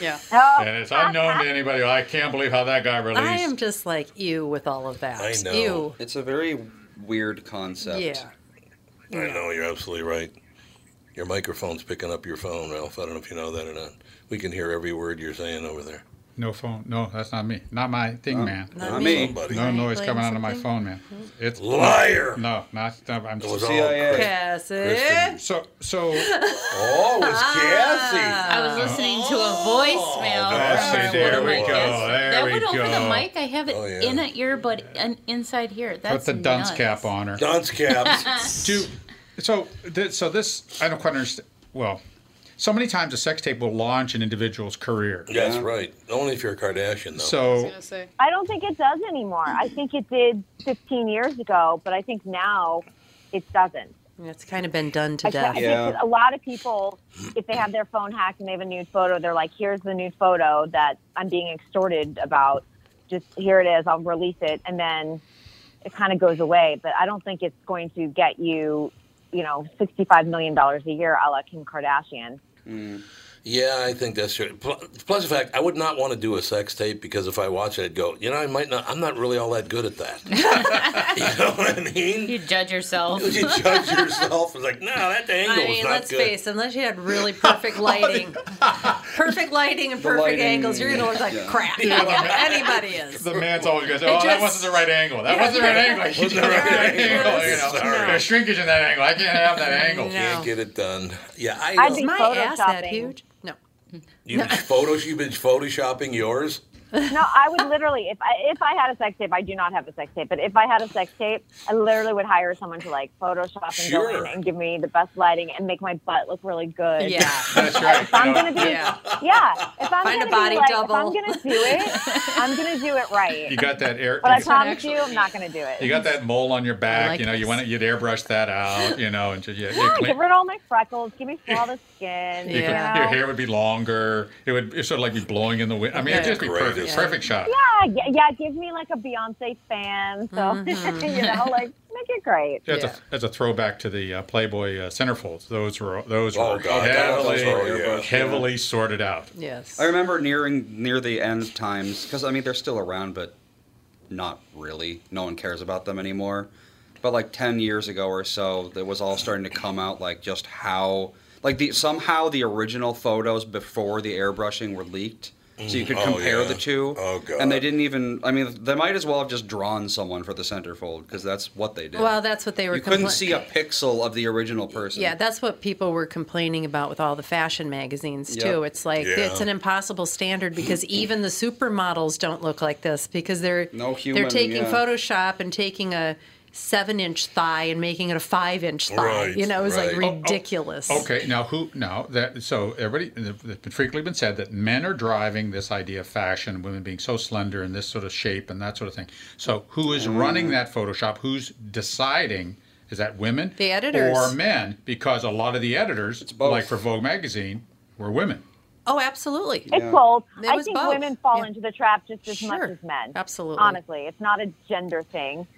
S4: Yeah.
S3: And it's unknown to anybody. I can't believe how that got released.
S5: I am just like you with all of that. Ew.
S1: It's a very weird concept.
S5: Yeah.
S2: I know, you're absolutely right. Your microphone's picking up your phone, Ralph. I don't know if you know that or not. We can hear every word you're saying over there.
S3: No phone. No, that's not me. Not my thing, man.
S2: not Not me. me. Somebody.
S3: No
S2: Are you
S3: noise coming
S2: playing
S3: out of my
S2: something?
S3: phone, man. It's
S2: Liar!
S3: No, not. no, I'm
S2: was all CIA. Chris- Kristen.
S3: So, so.
S2: Oh, it's
S7: Ah.
S2: Cassie.
S1: Ah.
S2: Oh,
S7: I was listening to a voicemail. from
S3: Cassie,
S7: one
S3: there
S7: of
S3: we
S7: my
S3: go.
S7: guests.
S3: There
S7: that
S3: we
S7: would open
S3: go.
S7: the mic. I have it
S3: Oh, yeah.
S7: in an earbud and inside here. That's
S3: Put the dunce
S7: nuts.
S3: cap on her.
S2: Dunce
S7: caps.
S3: Dude, so th- so this I don't quite understand. Well, so many times a sex tape will launch an individual's career.
S2: Yeah, that's right. Only if you're a Kardashian, though.
S3: So
S6: I don't think it does anymore. I think it did 15 years ago, but I think now it doesn't.
S5: It's kind of been done to
S6: I can't-
S5: death.
S6: I think that a lot of people, if they have their phone hacked and they have a nude photo, they're like, "Here's the nude photo that I'm being extorted about. Just here it is. I'll release it." And then it kind of goes away. But I don't think it's going to get you, you know, sixty-five million dollars a year, a la Kim Kardashian.
S3: Mm.
S2: Yeah, I think that's true. Pl- Plus, the fact I would not want to do a sex tape because if I watch it, I'd go, you know, I might not. I'm not really all that good at that. you know what I mean?
S7: You judge yourself.
S2: You judge yourself. It's like, no, that angle
S5: I
S2: is
S5: mean,
S2: not
S5: let's
S2: good.
S5: face it, unless you had really perfect lighting, perfect lighting and
S3: The
S5: perfect
S3: lighting,
S5: angles, you're going to look like
S3: yeah.
S5: crap.
S3: Yeah, the man-
S5: Anybody is.
S3: the man's always going to say,
S5: It
S3: "Oh, that
S5: just-
S3: wasn't the right angle. That wasn't the right angle. You
S2: Wasn't the
S3: don't
S2: right
S3: have that
S2: angle.
S3: angle, you know.
S2: Sorry.
S3: There's shrinkage in that angle. I can't have that angle.
S2: Can't get it done. Yeah, I
S5: I'd
S2: know.
S5: be My ass that photoshopping. huge? No.
S2: You've been photo. You've been photoshopping yours.
S6: no, I would literally, if I if I had a sex tape, I do not have a sex tape, but if I had a sex tape, I literally would hire someone to like Photoshop and go
S2: Sure.
S6: in and give me the best lighting and make my butt look really good.
S5: Yeah.
S3: That's right.
S6: I'm gonna be, yeah. If I'm
S5: Find a
S6: gonna
S5: body
S6: be like,
S5: double.
S6: if I'm gonna do it, I'm gonna do it right.
S3: You got that air.
S6: but I
S3: you-
S6: promise you, I'm not gonna do it.
S3: You got that mole on your back,
S6: like
S3: you know. You want to, you'd airbrush that out, you know, and just, you, you
S6: Yeah,
S3: clean-
S6: get rid of all my freckles. Give me flawless skin.
S3: you could-
S6: You
S3: your
S6: know?
S3: hair would be longer. It would it's sort of like be blowing in the wind. I mean, it'd just be
S2: Great.
S3: perfect,
S2: Yeah.
S3: perfect shot.
S6: Yeah, yeah, yeah. Give me like a Beyonce fan. So
S5: Mm-hmm.
S6: you know, like make it great.
S3: That's, a, that's a throwback to the uh, Playboy uh, centerfolds. Those were those were
S2: Oh, God, that was
S3: heavily,
S2: all your-
S3: heavily sorted out.
S5: Yes.
S1: I remember nearing near the end times because I mean they're still around, but not really. No one cares about them anymore. but like 10 years ago or so, that was all starting to come out, like just how, like the somehow the original photos before the airbrushing were leaked. So you could
S2: Mm, oh,
S1: compare
S2: yeah.
S1: the two. Oh, God. And they didn't even, I mean, they might as well have just drawn someone for the centerfold because that's what they did.
S5: Well, that's what they were
S1: You couldn't
S5: compla-
S1: see a pixel of the original person.
S5: Yeah, that's what people were complaining about with all the fashion magazines
S1: Yep.
S5: too. It's like
S1: Yeah.
S5: it's an impossible standard because even the supermodels don't look like this because they're
S1: No human,
S5: they're taking
S1: yeah.
S5: Photoshop and taking a seven inch thigh and making it a five inch thigh.
S3: Right,
S5: you know, it was
S3: right. Oh,
S5: like
S3: oh,
S5: ridiculous.
S3: Okay, now who? Now that so everybody, it's been frequently been said that men are driving this idea of fashion, women being so slender and this sort of shape and that sort of thing. So who is
S2: Mm.
S3: running that Photoshop? Who's deciding? Is that women?
S5: The editors.
S3: or men? Because a lot of the editors, like for Vogue magazine, were women.
S5: Oh, absolutely.
S6: It's both. I think women fall into the trap just as much as men.
S5: Absolutely.
S6: Honestly, it's not a gender thing.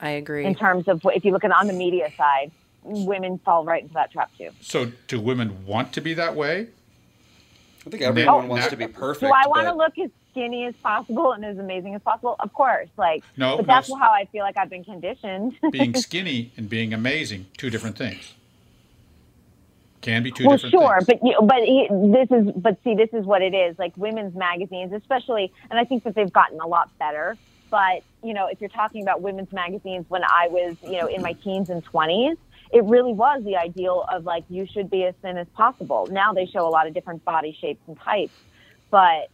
S5: I agree.
S6: In terms of what- if you look at on the media side, women fall right into that trap too.
S3: So do women want to be that way?
S1: I think
S6: everyone
S1: wants to be perfect.
S6: Do I want to look as skinny as possible and as amazing as possible? Of course. Like,
S3: No,
S6: but
S3: no,
S6: that's
S3: s-
S6: how I feel like I've been conditioned.
S3: being skinny and being amazing, two different things. Can be two
S6: well,
S3: different
S6: sure,
S3: things.
S6: but you, but he, this is but see, this is what it is. Like women's magazines, especially, and I think that they've gotten a lot better. But you know, if you're talking about women's magazines, when I was you know in my teens and twenties, it really was the ideal of like you should be as thin as possible. Now they show a lot of different body shapes and types, but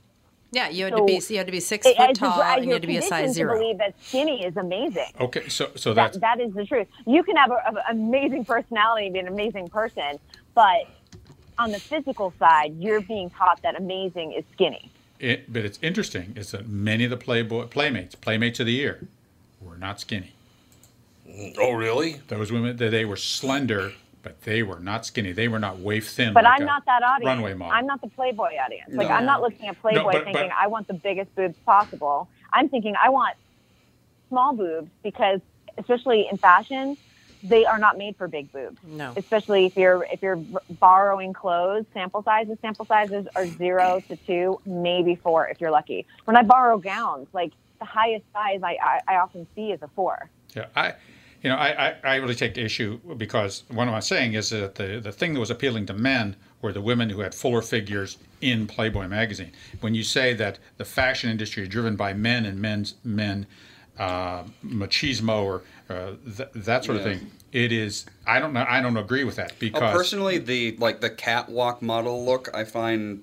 S5: yeah, you had to be
S6: so-
S5: you had to be six
S6: it-
S5: foot
S6: as you're-
S5: tall
S6: as
S5: and you
S6: you're
S5: had to be a
S6: conditioned
S5: size
S6: to
S5: zero.
S6: believe that skinny is amazing.
S3: Okay, so so
S6: that,
S3: that's
S6: that is the truth. You can have an amazing personality and be an amazing person, but on the physical side, you're being taught that amazing is skinny.
S3: it, but it's interesting is that many of the playboy playmates, playmates of the year, were not skinny.
S2: Oh, really?
S3: Those women that they were slender, but they were not skinny. They were not waif thin.
S6: But
S3: like
S6: I'm
S3: a
S6: not that audience.
S3: Runway model.
S6: I'm not the Playboy audience. Like
S3: No.
S6: I'm not looking at Playboy
S3: No, but-
S6: thinking
S3: but-
S6: I want the biggest boobs possible. I'm thinking I want small boobs because, especially in fashion, they are not made for big boobs.
S5: No.
S6: Especially if you're if you're borrowing clothes, sample sizes, sample sizes are zero to two, maybe four if you're lucky. When I borrow gowns, like the highest size I I, I often see is a four.
S3: Yeah, I, you know, I, I, I really take issue because what I'm saying is that the, the thing that was appealing to men were the women who had fuller figures in Playboy magazine. When you say that the fashion industry is driven by men and men's men, uh, machismo or uh, th- that sort
S1: Yeah.
S3: of thing, it is. I don't know. I don't agree with that because
S1: Oh, personally, the like the catwalk model look I find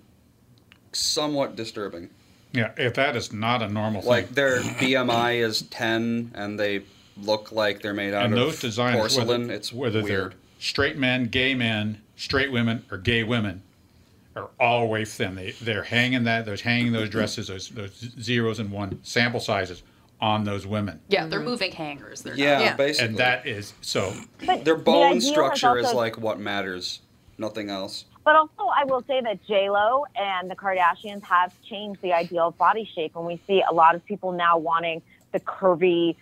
S1: somewhat disturbing.
S3: yeah, if that is not a normal
S1: Like
S3: thing.
S1: their BMI is ten, and they look like they're made out
S3: and
S1: of
S3: those designs,
S1: porcelain.
S3: whether,
S1: it's
S3: whether
S1: weird.
S3: they're straight men, gay men, straight women, or gay women, are all waif thin. They they're hanging that those hanging those dresses, those those zeros and one sample sizes on those women.
S4: Yeah, they're moving hangers. They're
S1: Yeah,
S4: not.
S1: basically.
S3: And that is so.
S1: Their bone
S6: ideal is
S1: structure is
S6: also-
S1: like what matters, nothing else.
S6: But also, I will say that J Lo and the Kardashians have changed the ideal body shape, and we see a lot of people now wanting the curvy,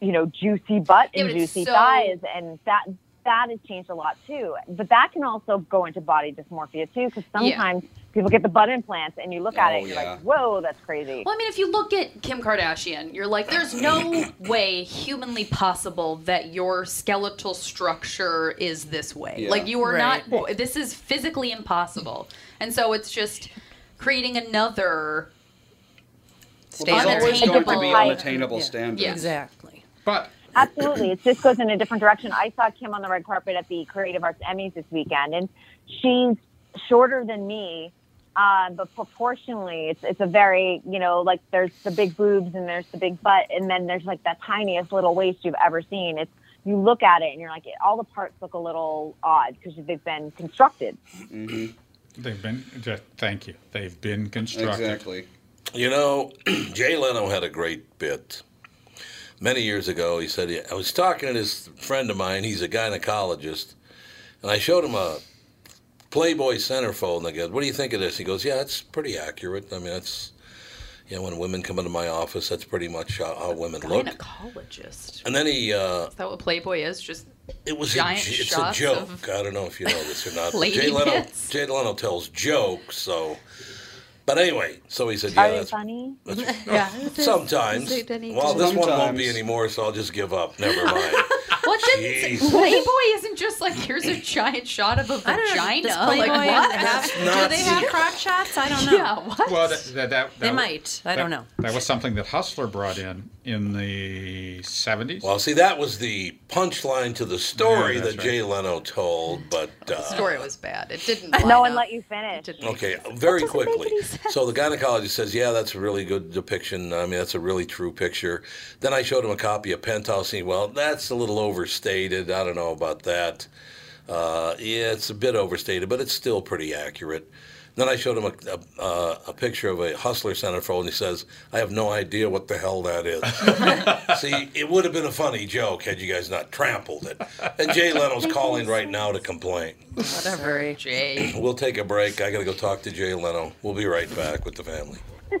S6: you know, juicy butt
S4: Yeah,
S6: and
S4: but it's
S6: juicy
S4: so-
S6: thighs, and that that has changed a lot too. But that can also go into body dysmorphia too, because sometimes people get the butt implants, and you look at
S4: Oh,
S6: it, and you're
S4: yeah.
S6: like, whoa, that's crazy.
S4: Well, I mean, if you look at Kim Kardashian, you're like, there's no way humanly possible that your skeletal structure is this way.
S7: Yeah.
S4: Like, you are
S7: Right.
S4: not, this is physically impossible. And so it's just creating another.
S1: Well, there's always going to be
S4: Unattainable.
S1: unattainable
S4: Yeah.
S1: standards.
S4: Yeah.
S5: Exactly.
S3: But
S6: Absolutely. It just goes in a different direction. I saw Kim on the red carpet at the Creative Arts Emmys this weekend, and she's shorter than me, um, but proportionally, it's, it's a very, you know, like there's the big boobs and there's the big butt, and then there's like that tiniest little waist you've ever seen. It's you look at it and you're like, all the parts look a little odd because they've been constructed.
S1: Mm-hmm.
S3: They've been just thank you. They've been constructed.
S1: Exactly.
S2: You know, Jay Leno had a great bit. Many years ago, he said, I was talking to this friend of mine, he's a gynecologist, and I showed him a Playboy centerfold, and I goes, What do you think of this? He goes, Yeah, it's pretty accurate. I mean, that's, yeah, when women come into my office, that's pretty much how, how women look.
S4: Gynecologist.
S2: And then he, uh,
S4: Is that what Playboy is? Just
S2: it was
S4: giant
S2: a, j- it's a
S4: shots
S2: joke.
S4: of-
S2: I don't know if you know this or not. but
S4: Lady
S2: Jay Leno,
S4: bits.
S2: Jay Leno tells jokes, so. But anyway, so he said,
S6: Are
S2: "Yeah,
S6: they
S2: that's oh.
S6: funny?
S2: Sometimes. Well, this one won't be anymore, so I'll just give up. Never mind. Jeez.
S4: Playboy isn't just like here's a giant shot of a vagina.
S5: does
S4: like
S5: Playboy
S4: what?
S5: have-
S2: nuts.
S5: do they have crop shots? I don't know.
S4: Yeah, what?
S3: Well, that, that, that,
S5: They
S3: that-
S5: might. I
S3: that-
S5: don't know.
S3: That was something that Hustler brought in in the 70s.
S2: Well, see, that was the punchline to the story
S3: Yeah,
S2: that
S3: that's
S2: Jay Leno told, but uh,
S4: The story was bad. It didn't.
S6: No one let you finish.
S2: Okay, very quickly. So the gynecologist says, "Yeah, that's a really good depiction. I mean, that's a really true picture." Then I showed him a copy of Penthouse. And he, well, that's a little overstated. I don't know about that. Uh, yeah, it's a bit overstated, but it's still pretty accurate. Then I showed him a, a, a picture of a Hustler centerfold, and he says, "I have no idea what the hell that is." See, it would have been a funny joke had you guys not trampled it. And Jay Leno's calling right now to complain.
S4: Whatever. Jay.
S2: We'll take a break. I got to go talk to Jay Leno. We'll be right back with the family.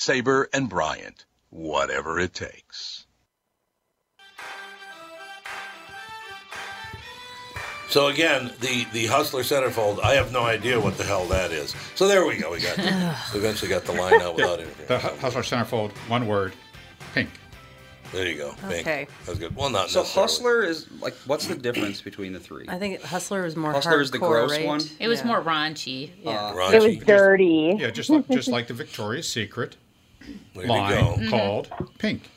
S13: Sabre and Bryant, whatever it takes.
S2: So again, the the Hustler Centerfold. I have no idea what the hell that is. So there we go. We got we eventually got the line out without interference.
S3: The Hu- Hustler Centerfold, one word, pink.
S2: There you go.
S1: Pink. Okay.
S2: That's good. Well, not
S1: So
S2: necessarily.
S1: Hustler is like, what's the difference between the three?
S5: I think Hustler was more
S1: Hustler
S5: hardcore,
S1: is the gross
S5: right?
S1: one?
S7: It was more raunchy.
S2: Uh,
S1: Yeah.
S6: It was dirty.
S3: Yeah, just like, just like the Victoria's Secret
S2: you
S3: line
S2: go. Mhm.
S3: called pink.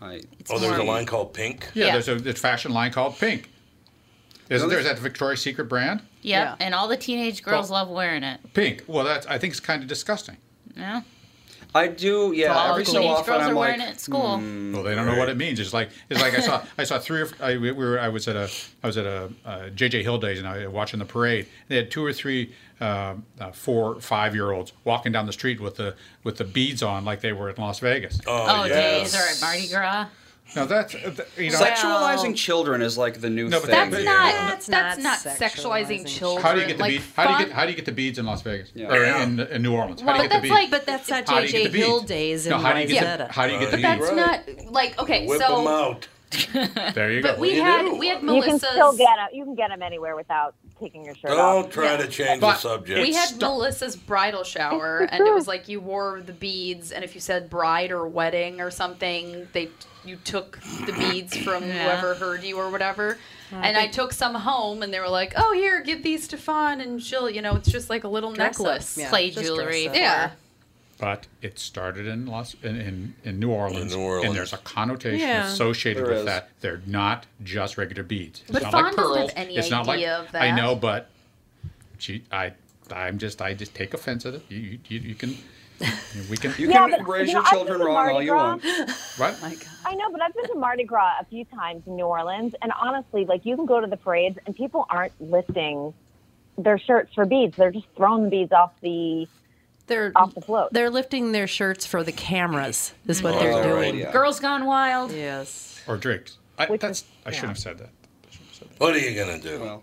S2: oh, there's a line called Pink.
S3: Yeah, there's a, there's a fashion line called pink. Isn't there? Is that the Victoria's Secret brand?
S7: Yep, and all the teenage girls love wearing it.
S3: Pink. Well, that's I think it's kind of disgusting.
S7: Yeah.
S1: I do. Yeah,
S7: all
S1: every
S7: the
S1: so
S7: teenage
S1: often
S7: girls
S1: I'm
S7: are wearing
S1: like,
S7: it at school.
S2: Mm.
S4: Mm.
S3: Well, they don't know what it means. It's like it's like I saw I saw three or f- I, we were I was at a I was at a uh, JJ Hill days and I was watching the parade. They had two or three uh, uh, four five year olds walking down the street with the with the beads on like they were in Las Vegas.
S7: Oh, days or at Mardi Gras.
S3: No, that's uh, th- you know
S1: sexualizing children is like the new
S3: No, but
S1: thing.
S3: that's not-
S4: That's, not sexualizing children.
S3: How do you get the
S4: like,
S3: bead? How do you
S4: fun-
S3: get how do you get the beads in Las Vegas or in, in, in New Orleans?
S4: Well,
S3: how do you
S4: but
S3: get the
S4: that's
S3: beads?
S4: like, but that's not
S3: How do you
S4: J.J.
S3: get the beads?
S4: Hill days
S3: no,
S4: in
S3: how do you get
S4: Wayzata.
S3: The, how do you get the
S4: But
S3: beads?
S4: that's not like okay.
S3: Whip
S4: so
S3: 'em
S2: out.
S3: There you go.
S4: But we had we had
S6: You can
S4: Melissa's.
S6: still get them. You can get them anywhere without taking your shirt off.
S2: Don't try to change the
S3: But-
S2: subject.
S4: We had Melissa's bridal shower, and it was like you wore the beads, and if you said bride or wedding or something, they you took the beads from
S7: Yeah.
S4: whoever heard you or whatever.
S7: I
S4: and I
S7: think-
S4: took some home, and they were like, "Oh, here, give these to Fawn, and she'll, you know, it's just like a little
S7: Dress up,
S4: necklace,
S7: yeah. Play Just jewelry dress up.
S4: Yeah,
S3: But it started in Los in, in, in New Orleans. And there's a connotation
S4: Yeah.
S3: associated
S4: There
S3: with
S4: is.
S3: that. They're not just regular beads. It's
S4: But
S3: not
S4: Fawn
S3: like
S4: doesn't have
S3: pearls.
S4: any
S3: it's not
S4: idea
S3: like
S4: of
S3: I
S4: that.
S3: know, but she I I'm just I just take offense at it. You you, you, you can we can
S1: You
S6: Yeah, can but, raise you know, your I children think wrong all Mardi you Gras- want.
S3: What?
S6: I know, but I've been to Mardi Gras a few times in New Orleans, and honestly, like you can go to the parades and people aren't lifting their shirts for beads; they're just throwing the beads off the
S5: they're
S6: off the float.
S5: They're lifting their shirts for the cameras, is what they're
S3: Oh, right,
S5: doing.
S3: yeah.
S7: Girls Gone Wild.
S5: Yes.
S3: Or drinks. I, that's I shouldn't have said that.
S2: What are you gonna do?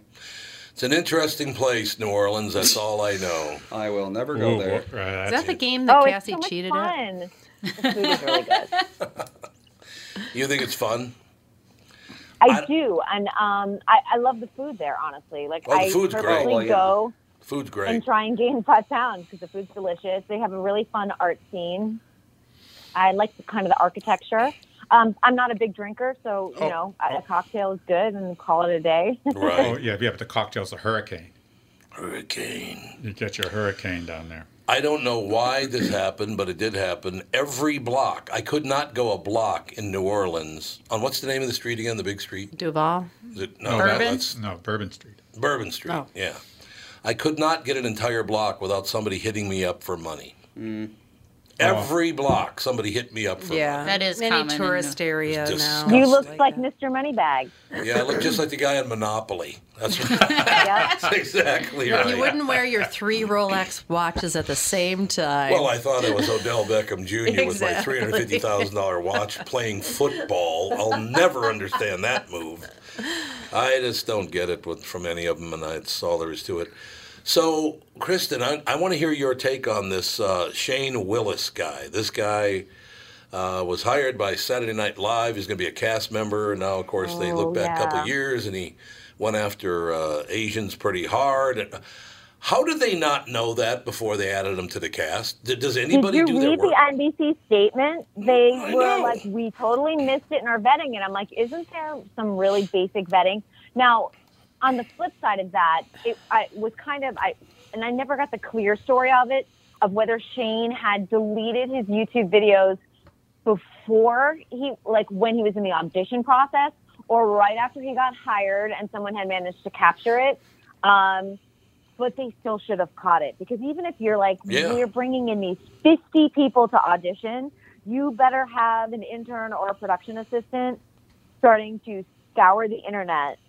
S2: It's an interesting place, New Orleans. That's all I know.
S1: I will never
S2: go
S1: there.
S5: Is that the game that
S6: oh,
S5: Cassie
S6: it's so
S5: cheated
S6: much
S5: at?
S6: fun. The food is really good.
S2: You think it's fun?
S6: I, do, and um, I, I love the food there. Honestly, like
S2: Oh, the
S6: I
S2: food's great.
S6: purposely
S2: Well, yeah.
S6: go
S2: Food's great.
S6: and try and gain five pounds because the food's delicious. They have a really fun art scene. I like the kind of the architecture. Um, I'm not a big drinker, so
S2: Oh.
S6: you know a a cocktail is good and call it a day.
S3: Oh, yeah, yeah, but the cocktail's a hurricane.
S2: Hurricane.
S3: You get your hurricane down there.
S2: I don't know why this happened, but it did happen. Every block, I could not go a block in New Orleans on what's the name of the street again? The big street?
S5: Duval.
S2: Is it, no,
S5: Bourbon?
S2: No, that's
S3: no, Bourbon Street.
S2: Bourbon Street.
S5: Oh.
S2: Yeah, I could not get an entire block without somebody hitting me up for money.
S1: Mm.
S2: Every block, somebody hit me up for
S5: Yeah,
S7: That is
S5: any
S7: common in-
S5: tourist area
S2: It's
S5: now.
S6: you look like, Mr. Moneybag.
S2: money. Yeah, I look just like the guy on Monopoly. That's, that's exactly right.
S5: You wouldn't wear your three Rolex watches at the same time.
S2: Well, I thought it was Odell Beckham Jr. with my
S5: Exactly.
S2: three hundred fifty thousand dollar watch playing football. I'll never understand that move. I just don't get it with, from any of them, and that's all there is to it. So, Kristen, I, I want to hear your take on this uh, Shane Willis guy. This guy uh, was hired by Saturday Night Live. He's going to be a cast member. Now, of course, they
S14: Oh,
S2: look back a couple
S14: yeah.
S2: years, and he went after uh, Asians pretty hard. And how did they not know that before they added him to the cast? D- Does anybody
S6: Did
S2: do
S6: you
S2: their
S6: read
S2: work?
S6: the NBC statement? They
S2: I
S6: were
S2: know.
S6: like, we totally missed it in our vetting. And I'm like, isn't there some really basic vetting? Now, on the flip side of that, it I was kind of, I and I never got the clear story of it, of whether Shane had deleted his YouTube videos before he, like when he was in the audition process or right after he got hired and someone had managed to capture it. Um, but they still should have caught it because even if you're like
S15: Yeah.
S6: we're bringing in these 50 people to audition you better have an intern or a production assistant starting to scour the internet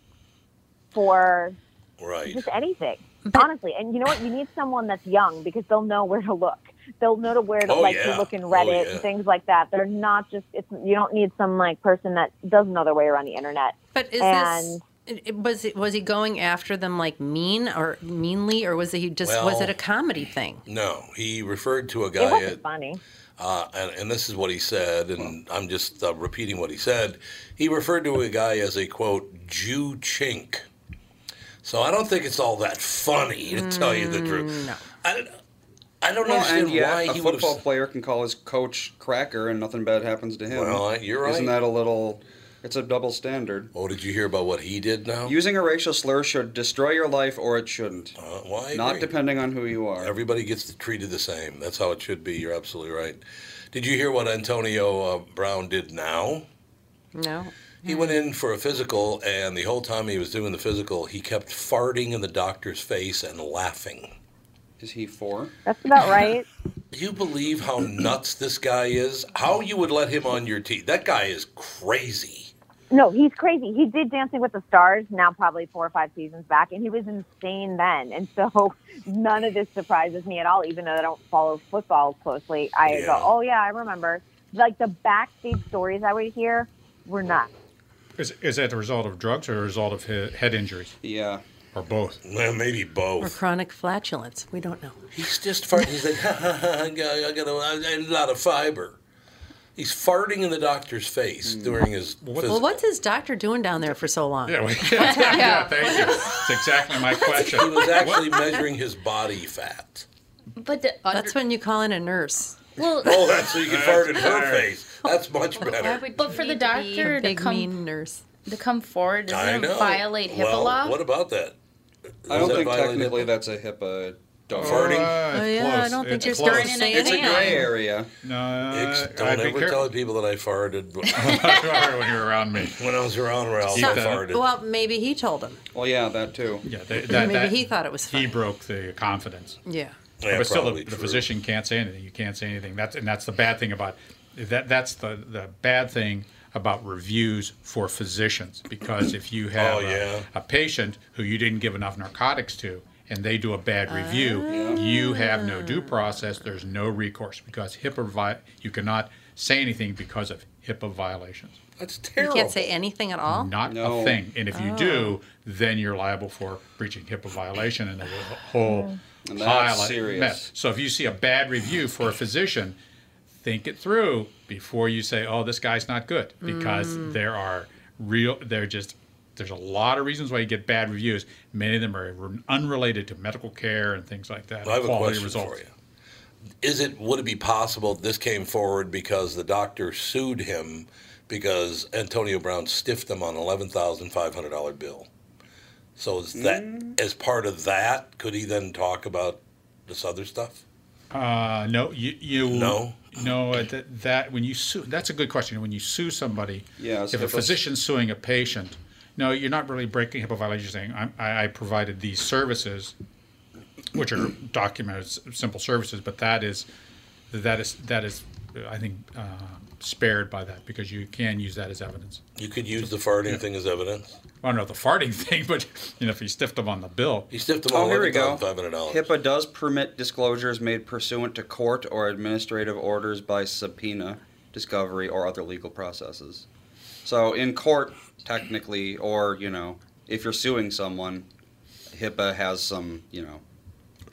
S6: for
S2: Right.
S6: just anything honestly and you know what you need someone that's young because they'll know where to look they'll know to where to
S2: Oh,
S6: like
S2: yeah.
S6: to look in
S2: Oh,
S6: reddit
S2: yeah.
S6: and things like that they're not just it's you don't need some like person that doesn't know their way around the internet
S5: But is
S6: and
S5: this it- it- was it was he going after them like mean or meanly or was he just was
S2: Well-
S5: it a comedy thing?
S2: No, he referred to a
S6: it
S2: guy
S6: wasn't
S2: at
S6: funny
S2: Uh, and, and this is what he said, and I'm just uh, repeating what he said. He referred to a guy as a quote Jew chink. So I don't think it's all that funny to tell you the
S6: Mm,
S2: truth. No. I, I don't
S1: Well,
S2: understand
S1: and yet,
S2: why
S1: a
S2: he would
S1: football
S2: have.
S1: player can call his coach cracker and nothing bad happens to him.
S2: Well, you're
S1: Isn't
S2: right.
S1: that a little? It's a double standard.
S2: Oh, did you hear about what he did now?
S1: Using a racial slur should destroy your life, or it shouldn't.
S2: Uh, well, I
S1: Not
S2: agree.
S1: depending on who you are.
S2: Everybody gets treated the same. That's how it should be. You're absolutely right. Did you hear what Antonio uh, Brown did now?
S5: No.
S2: He went in for a physical, and the whole time he was doing the physical, he kept farting in the doctor's face and laughing.
S1: Is he four?
S6: that's about right
S2: Do you believe how nuts this guy is? How you would let him on your team? That guy is crazy.
S6: No, he's crazy. He did Dancing with the Stars now, probably four or five seasons back, and he was insane then. And so none of this surprises me at all, even though I don't follow football closely. I
S15: Yeah.
S6: go, oh, yeah, I remember. Like the backstage stories I would hear were nuts.
S3: Is, is that the result of drugs or a result of he- head injuries?
S1: Yeah.
S3: Or both?
S2: Well, maybe
S5: Or
S2: both.
S5: chronic flatulence? We don't know.
S2: He's just farting. He's like, ha ha ha, I got, I got a, a lot of fiber. He's farting in the doctor's
S1: Hmm.
S2: face during his
S5: Well,
S2: physical.
S5: what's his doctor doing down there for so long?
S3: Yeah, well,
S5: Yeah.
S3: Thank you. It's exactly my question.
S2: He was actually measuring his body fat.
S7: But the
S5: That's when you call in a nurse.
S7: Well,
S2: Oh, that's so you can fart in her face. That's much better.
S7: but for the doctor to
S5: big
S7: come
S5: mean nurse
S7: to come forward,
S2: I
S7: doesn't it
S2: know.
S7: violate HIPAA
S2: well,
S7: law?
S2: What about that?
S1: I don't
S2: Does that
S1: think
S2: violate
S1: technically that's a HIPAA. Don't
S2: Farting?
S5: Oh, yeah, I don't think you're supposed to say
S1: It's a
S5: anything.
S1: gray area.
S3: No,
S2: Ex-
S3: I'd
S2: don't
S3: be
S2: ever
S3: careful.
S2: tell people that I farted.
S3: when you were around me.
S2: When I was around
S3: Oh,
S2: Ralph,
S5: So-
S2: I farted.
S5: well, maybe he told him.
S1: Well, yeah, that too.
S3: Yeah, they, that,
S5: Maybe
S3: that-
S5: he thought it was
S3: he broke the confidence.
S5: Yeah.
S2: Yeah,
S3: but still,
S2: probably
S3: the, the
S2: true.
S3: physician can't say anything. You can't say anything. That's and that's the bad thing about that. That's the the bad thing about reviews for physicians because if you have
S2: Oh, yeah.
S3: a, a patient who you didn't give enough narcotics to and they do a bad review,
S5: Ah.
S3: you have no due process. There's no recourse because HIPAA vi- you cannot say anything because of HIPAA violations.
S2: That's
S5: You can't say anything at all.
S3: Not a thing. And if you
S5: Oh.
S3: do, then you're liable for breaching HIPAA violation and a
S5: Mm.
S3: whole
S1: And that's
S3: pile of
S1: serious.
S3: mess. So if you see a bad review for a physician, think it through before you say, "Oh, this guy's not good," because
S14: Mm.
S3: there are real. There are just there's a lot of reasons why you get bad reviews. Many of them are unrelated to medical care and things like that.
S2: I have a
S3: quality
S2: question for you. Is it would it be possible this came forward because the doctor sued him because Antonio Brown stiffed him on eleven thousand five hundred dollar bill? So is that
S3: Mm.
S2: as part of that? Could he then talk about this other stuff?
S3: Uh, no, you, you
S2: No?
S3: no uh, that, that when you sue that's a good question. When you sue somebody,
S1: Yeah,
S3: if
S1: so
S3: a
S1: if it's-
S3: physician's suing a patient, no, you're not really breaking HIPAA violation. You're saying I'm, I, I provided these services, which are documented s- simple services, but that is that is that is uh, I think uh, spared by that because you can use that as evidence.
S2: You could use the farting thing as evidence.
S3: I don't know the farting thing, but you know if you stiffed them on the bill,
S2: you stiffed
S1: Oh, here we go. HIPAA does permit disclosures made pursuant to court or administrative orders by subpoena, discovery, or other legal processes. So in court, technically, or you know, if you're suing someone, HIPAA has some you know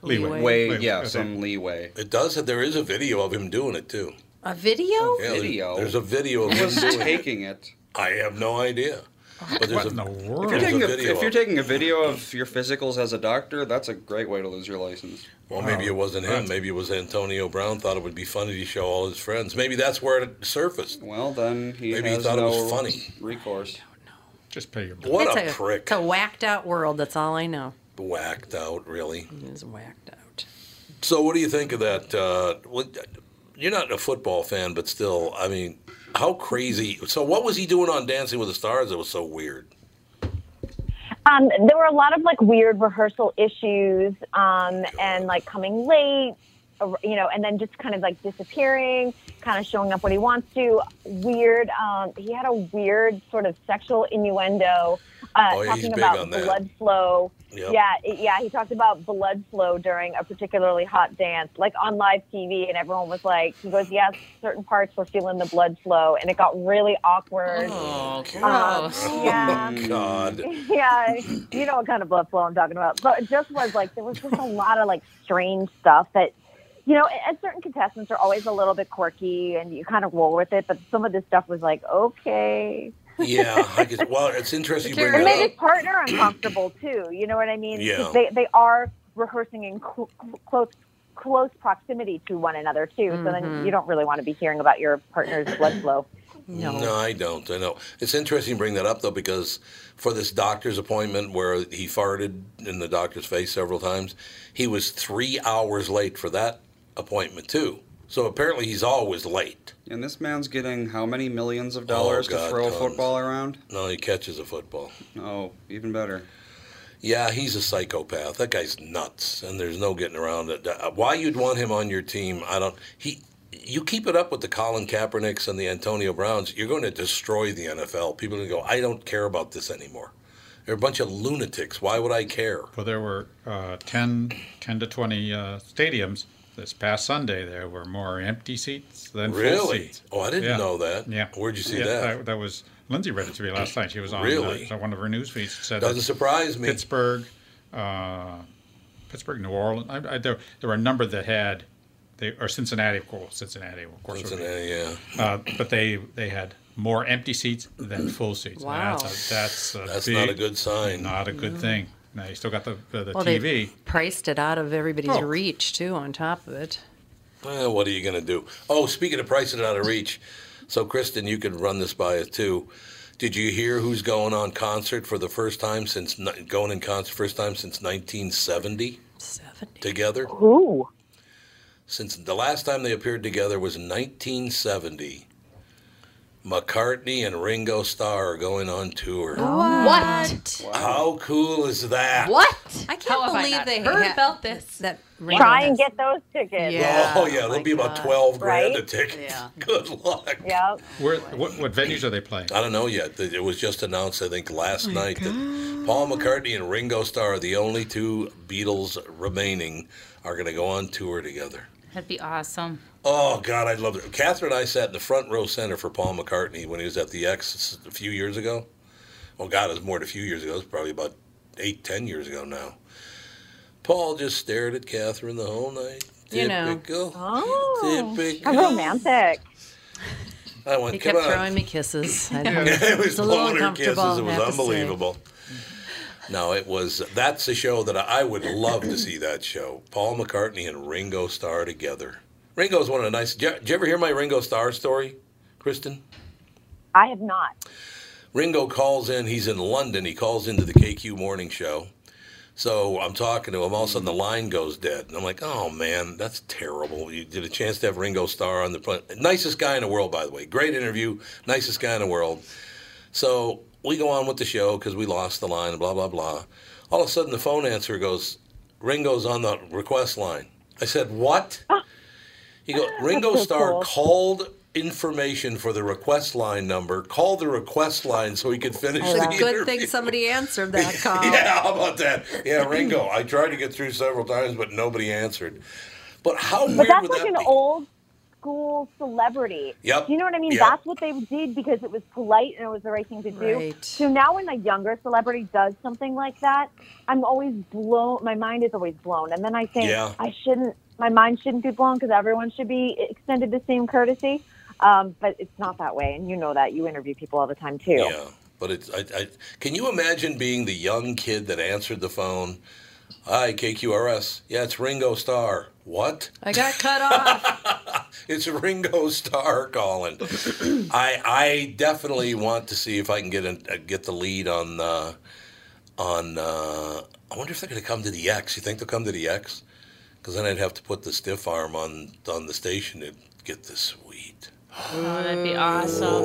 S2: Leeway.
S1: way,
S2: Leeway,
S1: yeah,
S2: okay.
S1: some leeway.
S2: It does. There is a video of him doing it too.
S5: A video?
S2: Yeah, there- There's a video of
S1: Who
S2: him
S1: was
S2: doing
S1: taking it.
S2: I have no idea. But there's
S1: What
S2: a,
S1: in the If
S2: world?
S1: you're, taking a,
S2: video
S1: if
S2: of
S1: you're
S2: it.
S1: taking a video of your physicals as a doctor, that's a great way to lose your license.
S2: Well, maybe it wasn't him. Maybe it was Antonio Brown. Thought it would be funny to show all his friends. Maybe that's where it surfaced.
S1: Well, then he
S2: maybe he
S1: has
S2: thought it
S1: no
S2: was funny.
S1: Recourse.
S3: Just pay your.
S2: What
S5: it's
S2: a, prick!
S5: It's a whacked out world. That's all I know.
S2: Whacked out, really. It
S5: is whacked out.
S2: So, what do you think of that? Uh, what- you're not a football fan, but still, I mean, how crazy? So, what was he doing on Dancing with the Stars? That was so weird.
S6: Um, there were a lot of like weird rehearsal issues um, and like coming late, uh, you know, and then just kind of like disappearing, kind of showing up when he wants to. Weird. Um, he had a weird sort of sexual innuendo uh,
S15: Oh, yeah, he's
S6: talking
S15: big
S6: about
S15: on that.
S6: blood flow.
S15: Yep.
S6: Yeah, it- yeah. He talked about blood flow during a particularly hot dance, like on live TV, and everyone was like, he goes, "Yes, certain parts were feeling the blood flow," and it got really awkward. Oh, yeah
S2: God.
S6: yeah, you know what kind of blood flow I'm talking about. But it just was like there was just a lot of like strange stuff that, you know, and certain contestants are always a little bit quirky and you kind of roll with it. But some of this stuff was like, okay,
S2: Yeah, I guess, well, it's interesting you bring
S6: it made
S2: that
S6: his partner uncomfortable too. You know what I mean? 'Cause
S2: Yeah.
S6: They they are rehearsing in cl- cl- close close proximity to one another too. So
S2: Mhm.
S4: Mm-hmm.
S6: then you don't really want to be hearing about your partner's blood flow.
S2: No. I don't. I know. It's interesting you bring that up though, because for this doctor's appointment where he farted in the doctor's face several times, he was three hours late for that appointment too. So apparently he's always late.
S1: And this man's getting how many millions of dollars
S2: Oh, God,
S1: to throw
S2: tons.
S1: a football around?
S2: No, he catches a football.
S1: Oh, even better.
S2: Yeah, he's a psychopath. That guy's nuts, and there's no getting around it. Uh, Why you'd want him on your team? I don't. He, you keep it up with the Colin Kaepernicks and the Antonio Browns, you're going to destroy the NFL. People are going to go, I don't care about this anymore. They're a bunch of lunatics. Why would I care?
S3: Well, there were uh, 10, 10 to 20 uh, stadiums this past Sunday. There were more empty seats than full
S2: Really?
S3: seats.
S2: Oh, I didn't
S3: Yeah.
S2: know that.
S3: Yeah.
S2: Where'd you see
S3: Yeah,
S2: that?
S3: That was Lindsay read it to me last night. She was on uh,
S2: Really?
S3: one of her news feeds. It Said
S2: Doesn't
S3: that
S2: surprise me.
S3: Pittsburgh, uh, Pittsburgh, New Orleans. I, I, there, there were a number that had, they or Cincinnati, of course. Cincinnati, of course. would be.
S2: Cincinnati, yeah.
S3: Uh, but they they had more empty seats than full seats. And
S5: Wow.
S3: That's a, that's, a
S2: That's
S3: big-
S2: not a good sign.
S3: Not a good
S5: No.
S3: thing. Now you still got the the, the
S5: well, they
S3: TV.
S5: priced it out of everybody's
S2: Oh.
S5: reach too. On top of it,
S2: Well, what are you going to do? Oh, speaking of pricing out of reach, so Kristen, you could run this by us too. Did you hear who's going on concert for the first time since ni- going in concert first time since 1970? Together.
S6: Who?
S2: Since the last time they appeared together was 1970. McCartney and Ringo Starr are going on tour.
S5: What?
S2: How cool is that?
S5: What? I can't
S4: How have I
S5: believe
S4: not
S5: they
S4: heard
S5: ha-
S4: about this?
S5: That
S6: Try and get those tickets.
S2: oh yeah, there'll be about 12 grand a
S6: Right?
S2: ticket.
S6: Yeah.
S2: Good luck.
S6: Yep.
S3: Where, what, what venues are they playing?
S2: I don't know yet. Th- It was just announced, I think, last
S5: Oh
S2: night that Paul McCartney and Ringo Starr, the only two Beatles remaining, are going to go on tour together.
S7: That'd be awesome.
S2: Oh God, I'd love it. Catherine and I sat in the front row center for Paul McCartney when he was at the X a few years ago. Well, God, it was more than a few years ago. It was probably about eight, ten years ago now. Paul just stared at Catherine the whole night.
S5: You know.
S2: Typical.
S6: Oh,
S2: Typical.
S6: how romantic.
S2: I went,
S5: He
S2: come
S5: kept
S2: on.
S5: throwing me kisses. I
S2: Yeah,
S5: know.
S2: it was
S5: It's a little
S2: blowing her kisses. It
S5: uncomfortable, I have to
S2: was
S5: say.
S2: unbelievable. No, it was. That's a show that I would love to see. That show, Paul McCartney and Ringo Starr together. Ringo's one of the nice. Did you, did you ever hear my Ringo Starr story, Kristen?
S6: I have not.
S2: Ringo calls in. He's in London. He calls into the KQ morning show. So I'm talking to him. All of a sudden, the line goes dead, and I'm like, "Oh man, that's terrible." You did a chance to have Ringo Starr on the planet. Nicest guy in the world, by the way. Great interview. Nicest guy in the world. So we go on with the show because we lost the line. Blah blah blah. All of a sudden, the phone answer goes, "Ringo's on the request line." I said, "What?" He goes, "Ringo
S13: so
S2: Starr
S13: cool.
S2: called." Information for the request line number. Called the request line so he could finish
S5: It's
S2: the
S5: a
S2: interview.
S5: good thing somebody answered that call.
S2: Yeah, how about that? Yeah, Ringo. I tried to get through several times, but nobody answered. But how
S6: But
S2: weird
S6: that's
S2: would
S6: like
S2: that
S6: an
S2: be?
S6: old school celebrity.
S2: Yep.
S6: Do you know what I mean?
S2: Yep.
S6: That's what they did because it was polite and it was the right thing to do.
S5: Right.
S6: So now when a younger celebrity does something like that, I'm always blown. My mind is always blown. And then I think
S14: Yeah.
S6: I shouldn't, my mind shouldn't be blown because everyone should be extended the same courtesy. Um, but it's not that way. And you know that. You interview people all the time too.
S2: Yeah, but it's. I, I, can you imagine being the young kid that answered the phone? Hi, KQRS. Yeah, it's Ringo Starr. What?
S5: I got cut off.
S2: It's Ringo Starr calling. I I definitely want to see if I can get a, get the lead on uh, on. Uh, I wonder if they're going to come to the X. You think they'll come to the X? Because then I'd have to put the stiff arm on on the station to get the sweet.
S7: Oh, that'd be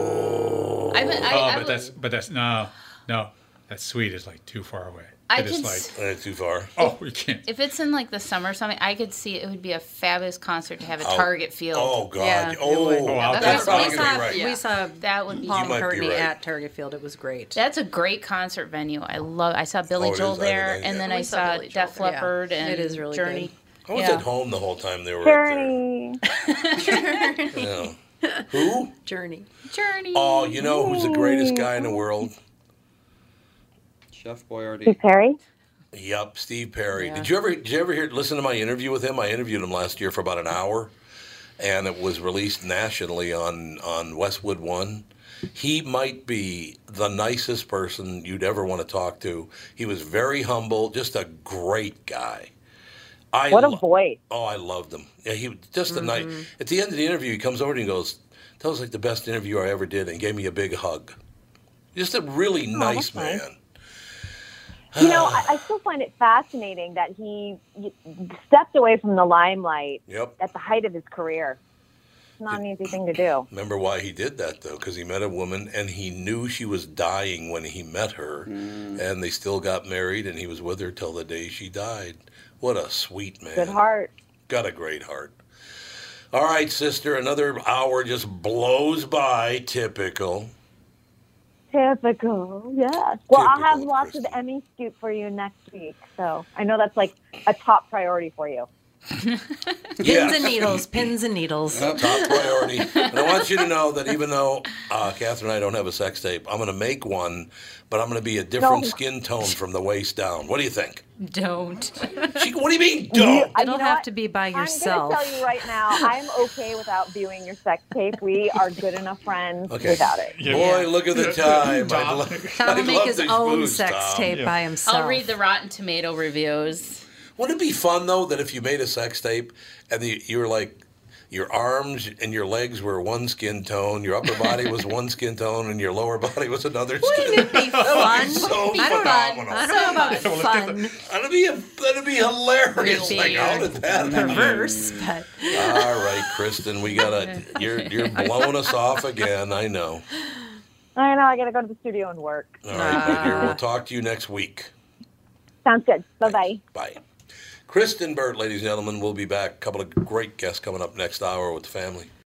S7: awesome. I, mean, I,
S3: oh,
S7: I
S3: but
S7: would-
S3: that's but that's no, no. That suite is like too far away.
S7: I
S3: It is
S7: can s-
S3: like
S2: Uh, too far.
S3: Oh, you can't.
S7: if it's in like the summer or something, I could see it would be a fabulous concert to have at
S3: Oh.
S7: Target Field.
S2: Oh, God.
S5: Yeah, Oh, it would.
S2: Oh, out
S7: That's
S2: there.
S7: what
S2: You're
S7: we
S2: probably
S7: saw.
S2: right.
S7: We saw that would be
S5: Paul
S2: You might be
S5: McCartney
S2: right.
S5: at Target Field. It was great.
S7: That's a great concert venue. I love. I saw Billy
S2: Oh, it is.
S7: Joel
S2: I
S7: there,
S2: haven't-
S7: and then
S2: yeah.
S7: I
S2: We
S7: saw, Def Leppard and
S5: It is really
S7: Journey.
S2: I was
S7: Yeah.
S2: at home the whole time they were.
S6: Journey.
S2: Yeah. Who?
S5: Journey.
S7: Journey.
S2: Oh, you know who's the greatest guy in the world?
S1: Chef Boyardee.
S6: Steve Perry?
S2: Yup, Steve Perry. Did you ever did you ever hear listen to my interview with him? I interviewed him last year for about an hour, and it was released nationally on on Westwood One. He might be the nicest person you'd ever want to talk to. He was very humble, just a great guy. I
S6: what a Mm-hmm.
S2: lo-
S6: voice.
S2: Oh, I loved him. Yeah, he was just the night. At the end of the interview, he comes over to me and goes, "That was like the best interview I ever did," and gave me a big hug. Just a really nice man.
S6: Oh, You know, I, I still find it fascinating that he y- stepped away from the limelight
S2: Yep.
S6: at the height of his career. It's not an easy thing to do.
S2: Remember why he did that though? Because he met a woman and he knew she was dying when he met her, and they still got married, and he was with her till the day she died. What a sweet man.
S6: Good heart.
S2: Got a great heart. All right, sister. Another hour just blows by. Typical.
S6: Typical, yeah. Well, I'll have lots of Emmy scoop for you next week. So I know that's like a top priority for you.
S5: Pins and needles. Pins and needles.
S2: Uh, top priority. and I want you to know that even though uh, Catherine and I don't have a sex tape, I'm going to make one, but I'm going to be a different
S5: No.
S2: skin tone from the waist down. What do you think?
S5: Don't.
S2: what do you mean, don't?
S5: It'll have to be by yourself.
S6: I'm going to tell you right now, I'm okay without viewing your sex tape. We are good enough friends
S2: Okay.
S6: without it.
S2: Boy, look at the time. I'd lo-
S5: Tom will
S2: I'd
S5: make
S2: love
S5: his
S2: these
S5: own
S2: boots,
S5: sex
S2: Tom.
S5: tape by
S7: I'll read the Rotten Tomato reviews.
S2: Wouldn't it be fun though that if you made a sex tape and the, you were like, your arms and your legs were one skin tone, your upper body was one skin tone, and your lower body was another skin. Wouldn't it be
S5: fun?
S2: so
S5: I don't know.
S2: phenomenal.
S5: I don't know
S2: Yeah, well,
S5: about
S2: let's get
S5: fun.
S2: That'd be a, that'd be hilarious.
S5: It'd
S2: like,
S5: be
S2: how did that
S5: perverse, but
S2: All right, Kristen, we gotta. You're you're blowing us off again. I know.
S6: I know, I got to go to the studio and work.
S2: All right, my dear.
S5: Ah.
S2: We'll talk to you next week.
S6: Sounds good. Bye bye.
S2: Bye. Kristen Burt, ladies and gentlemen, we'll be back. A couple of great guests coming up next hour with the family.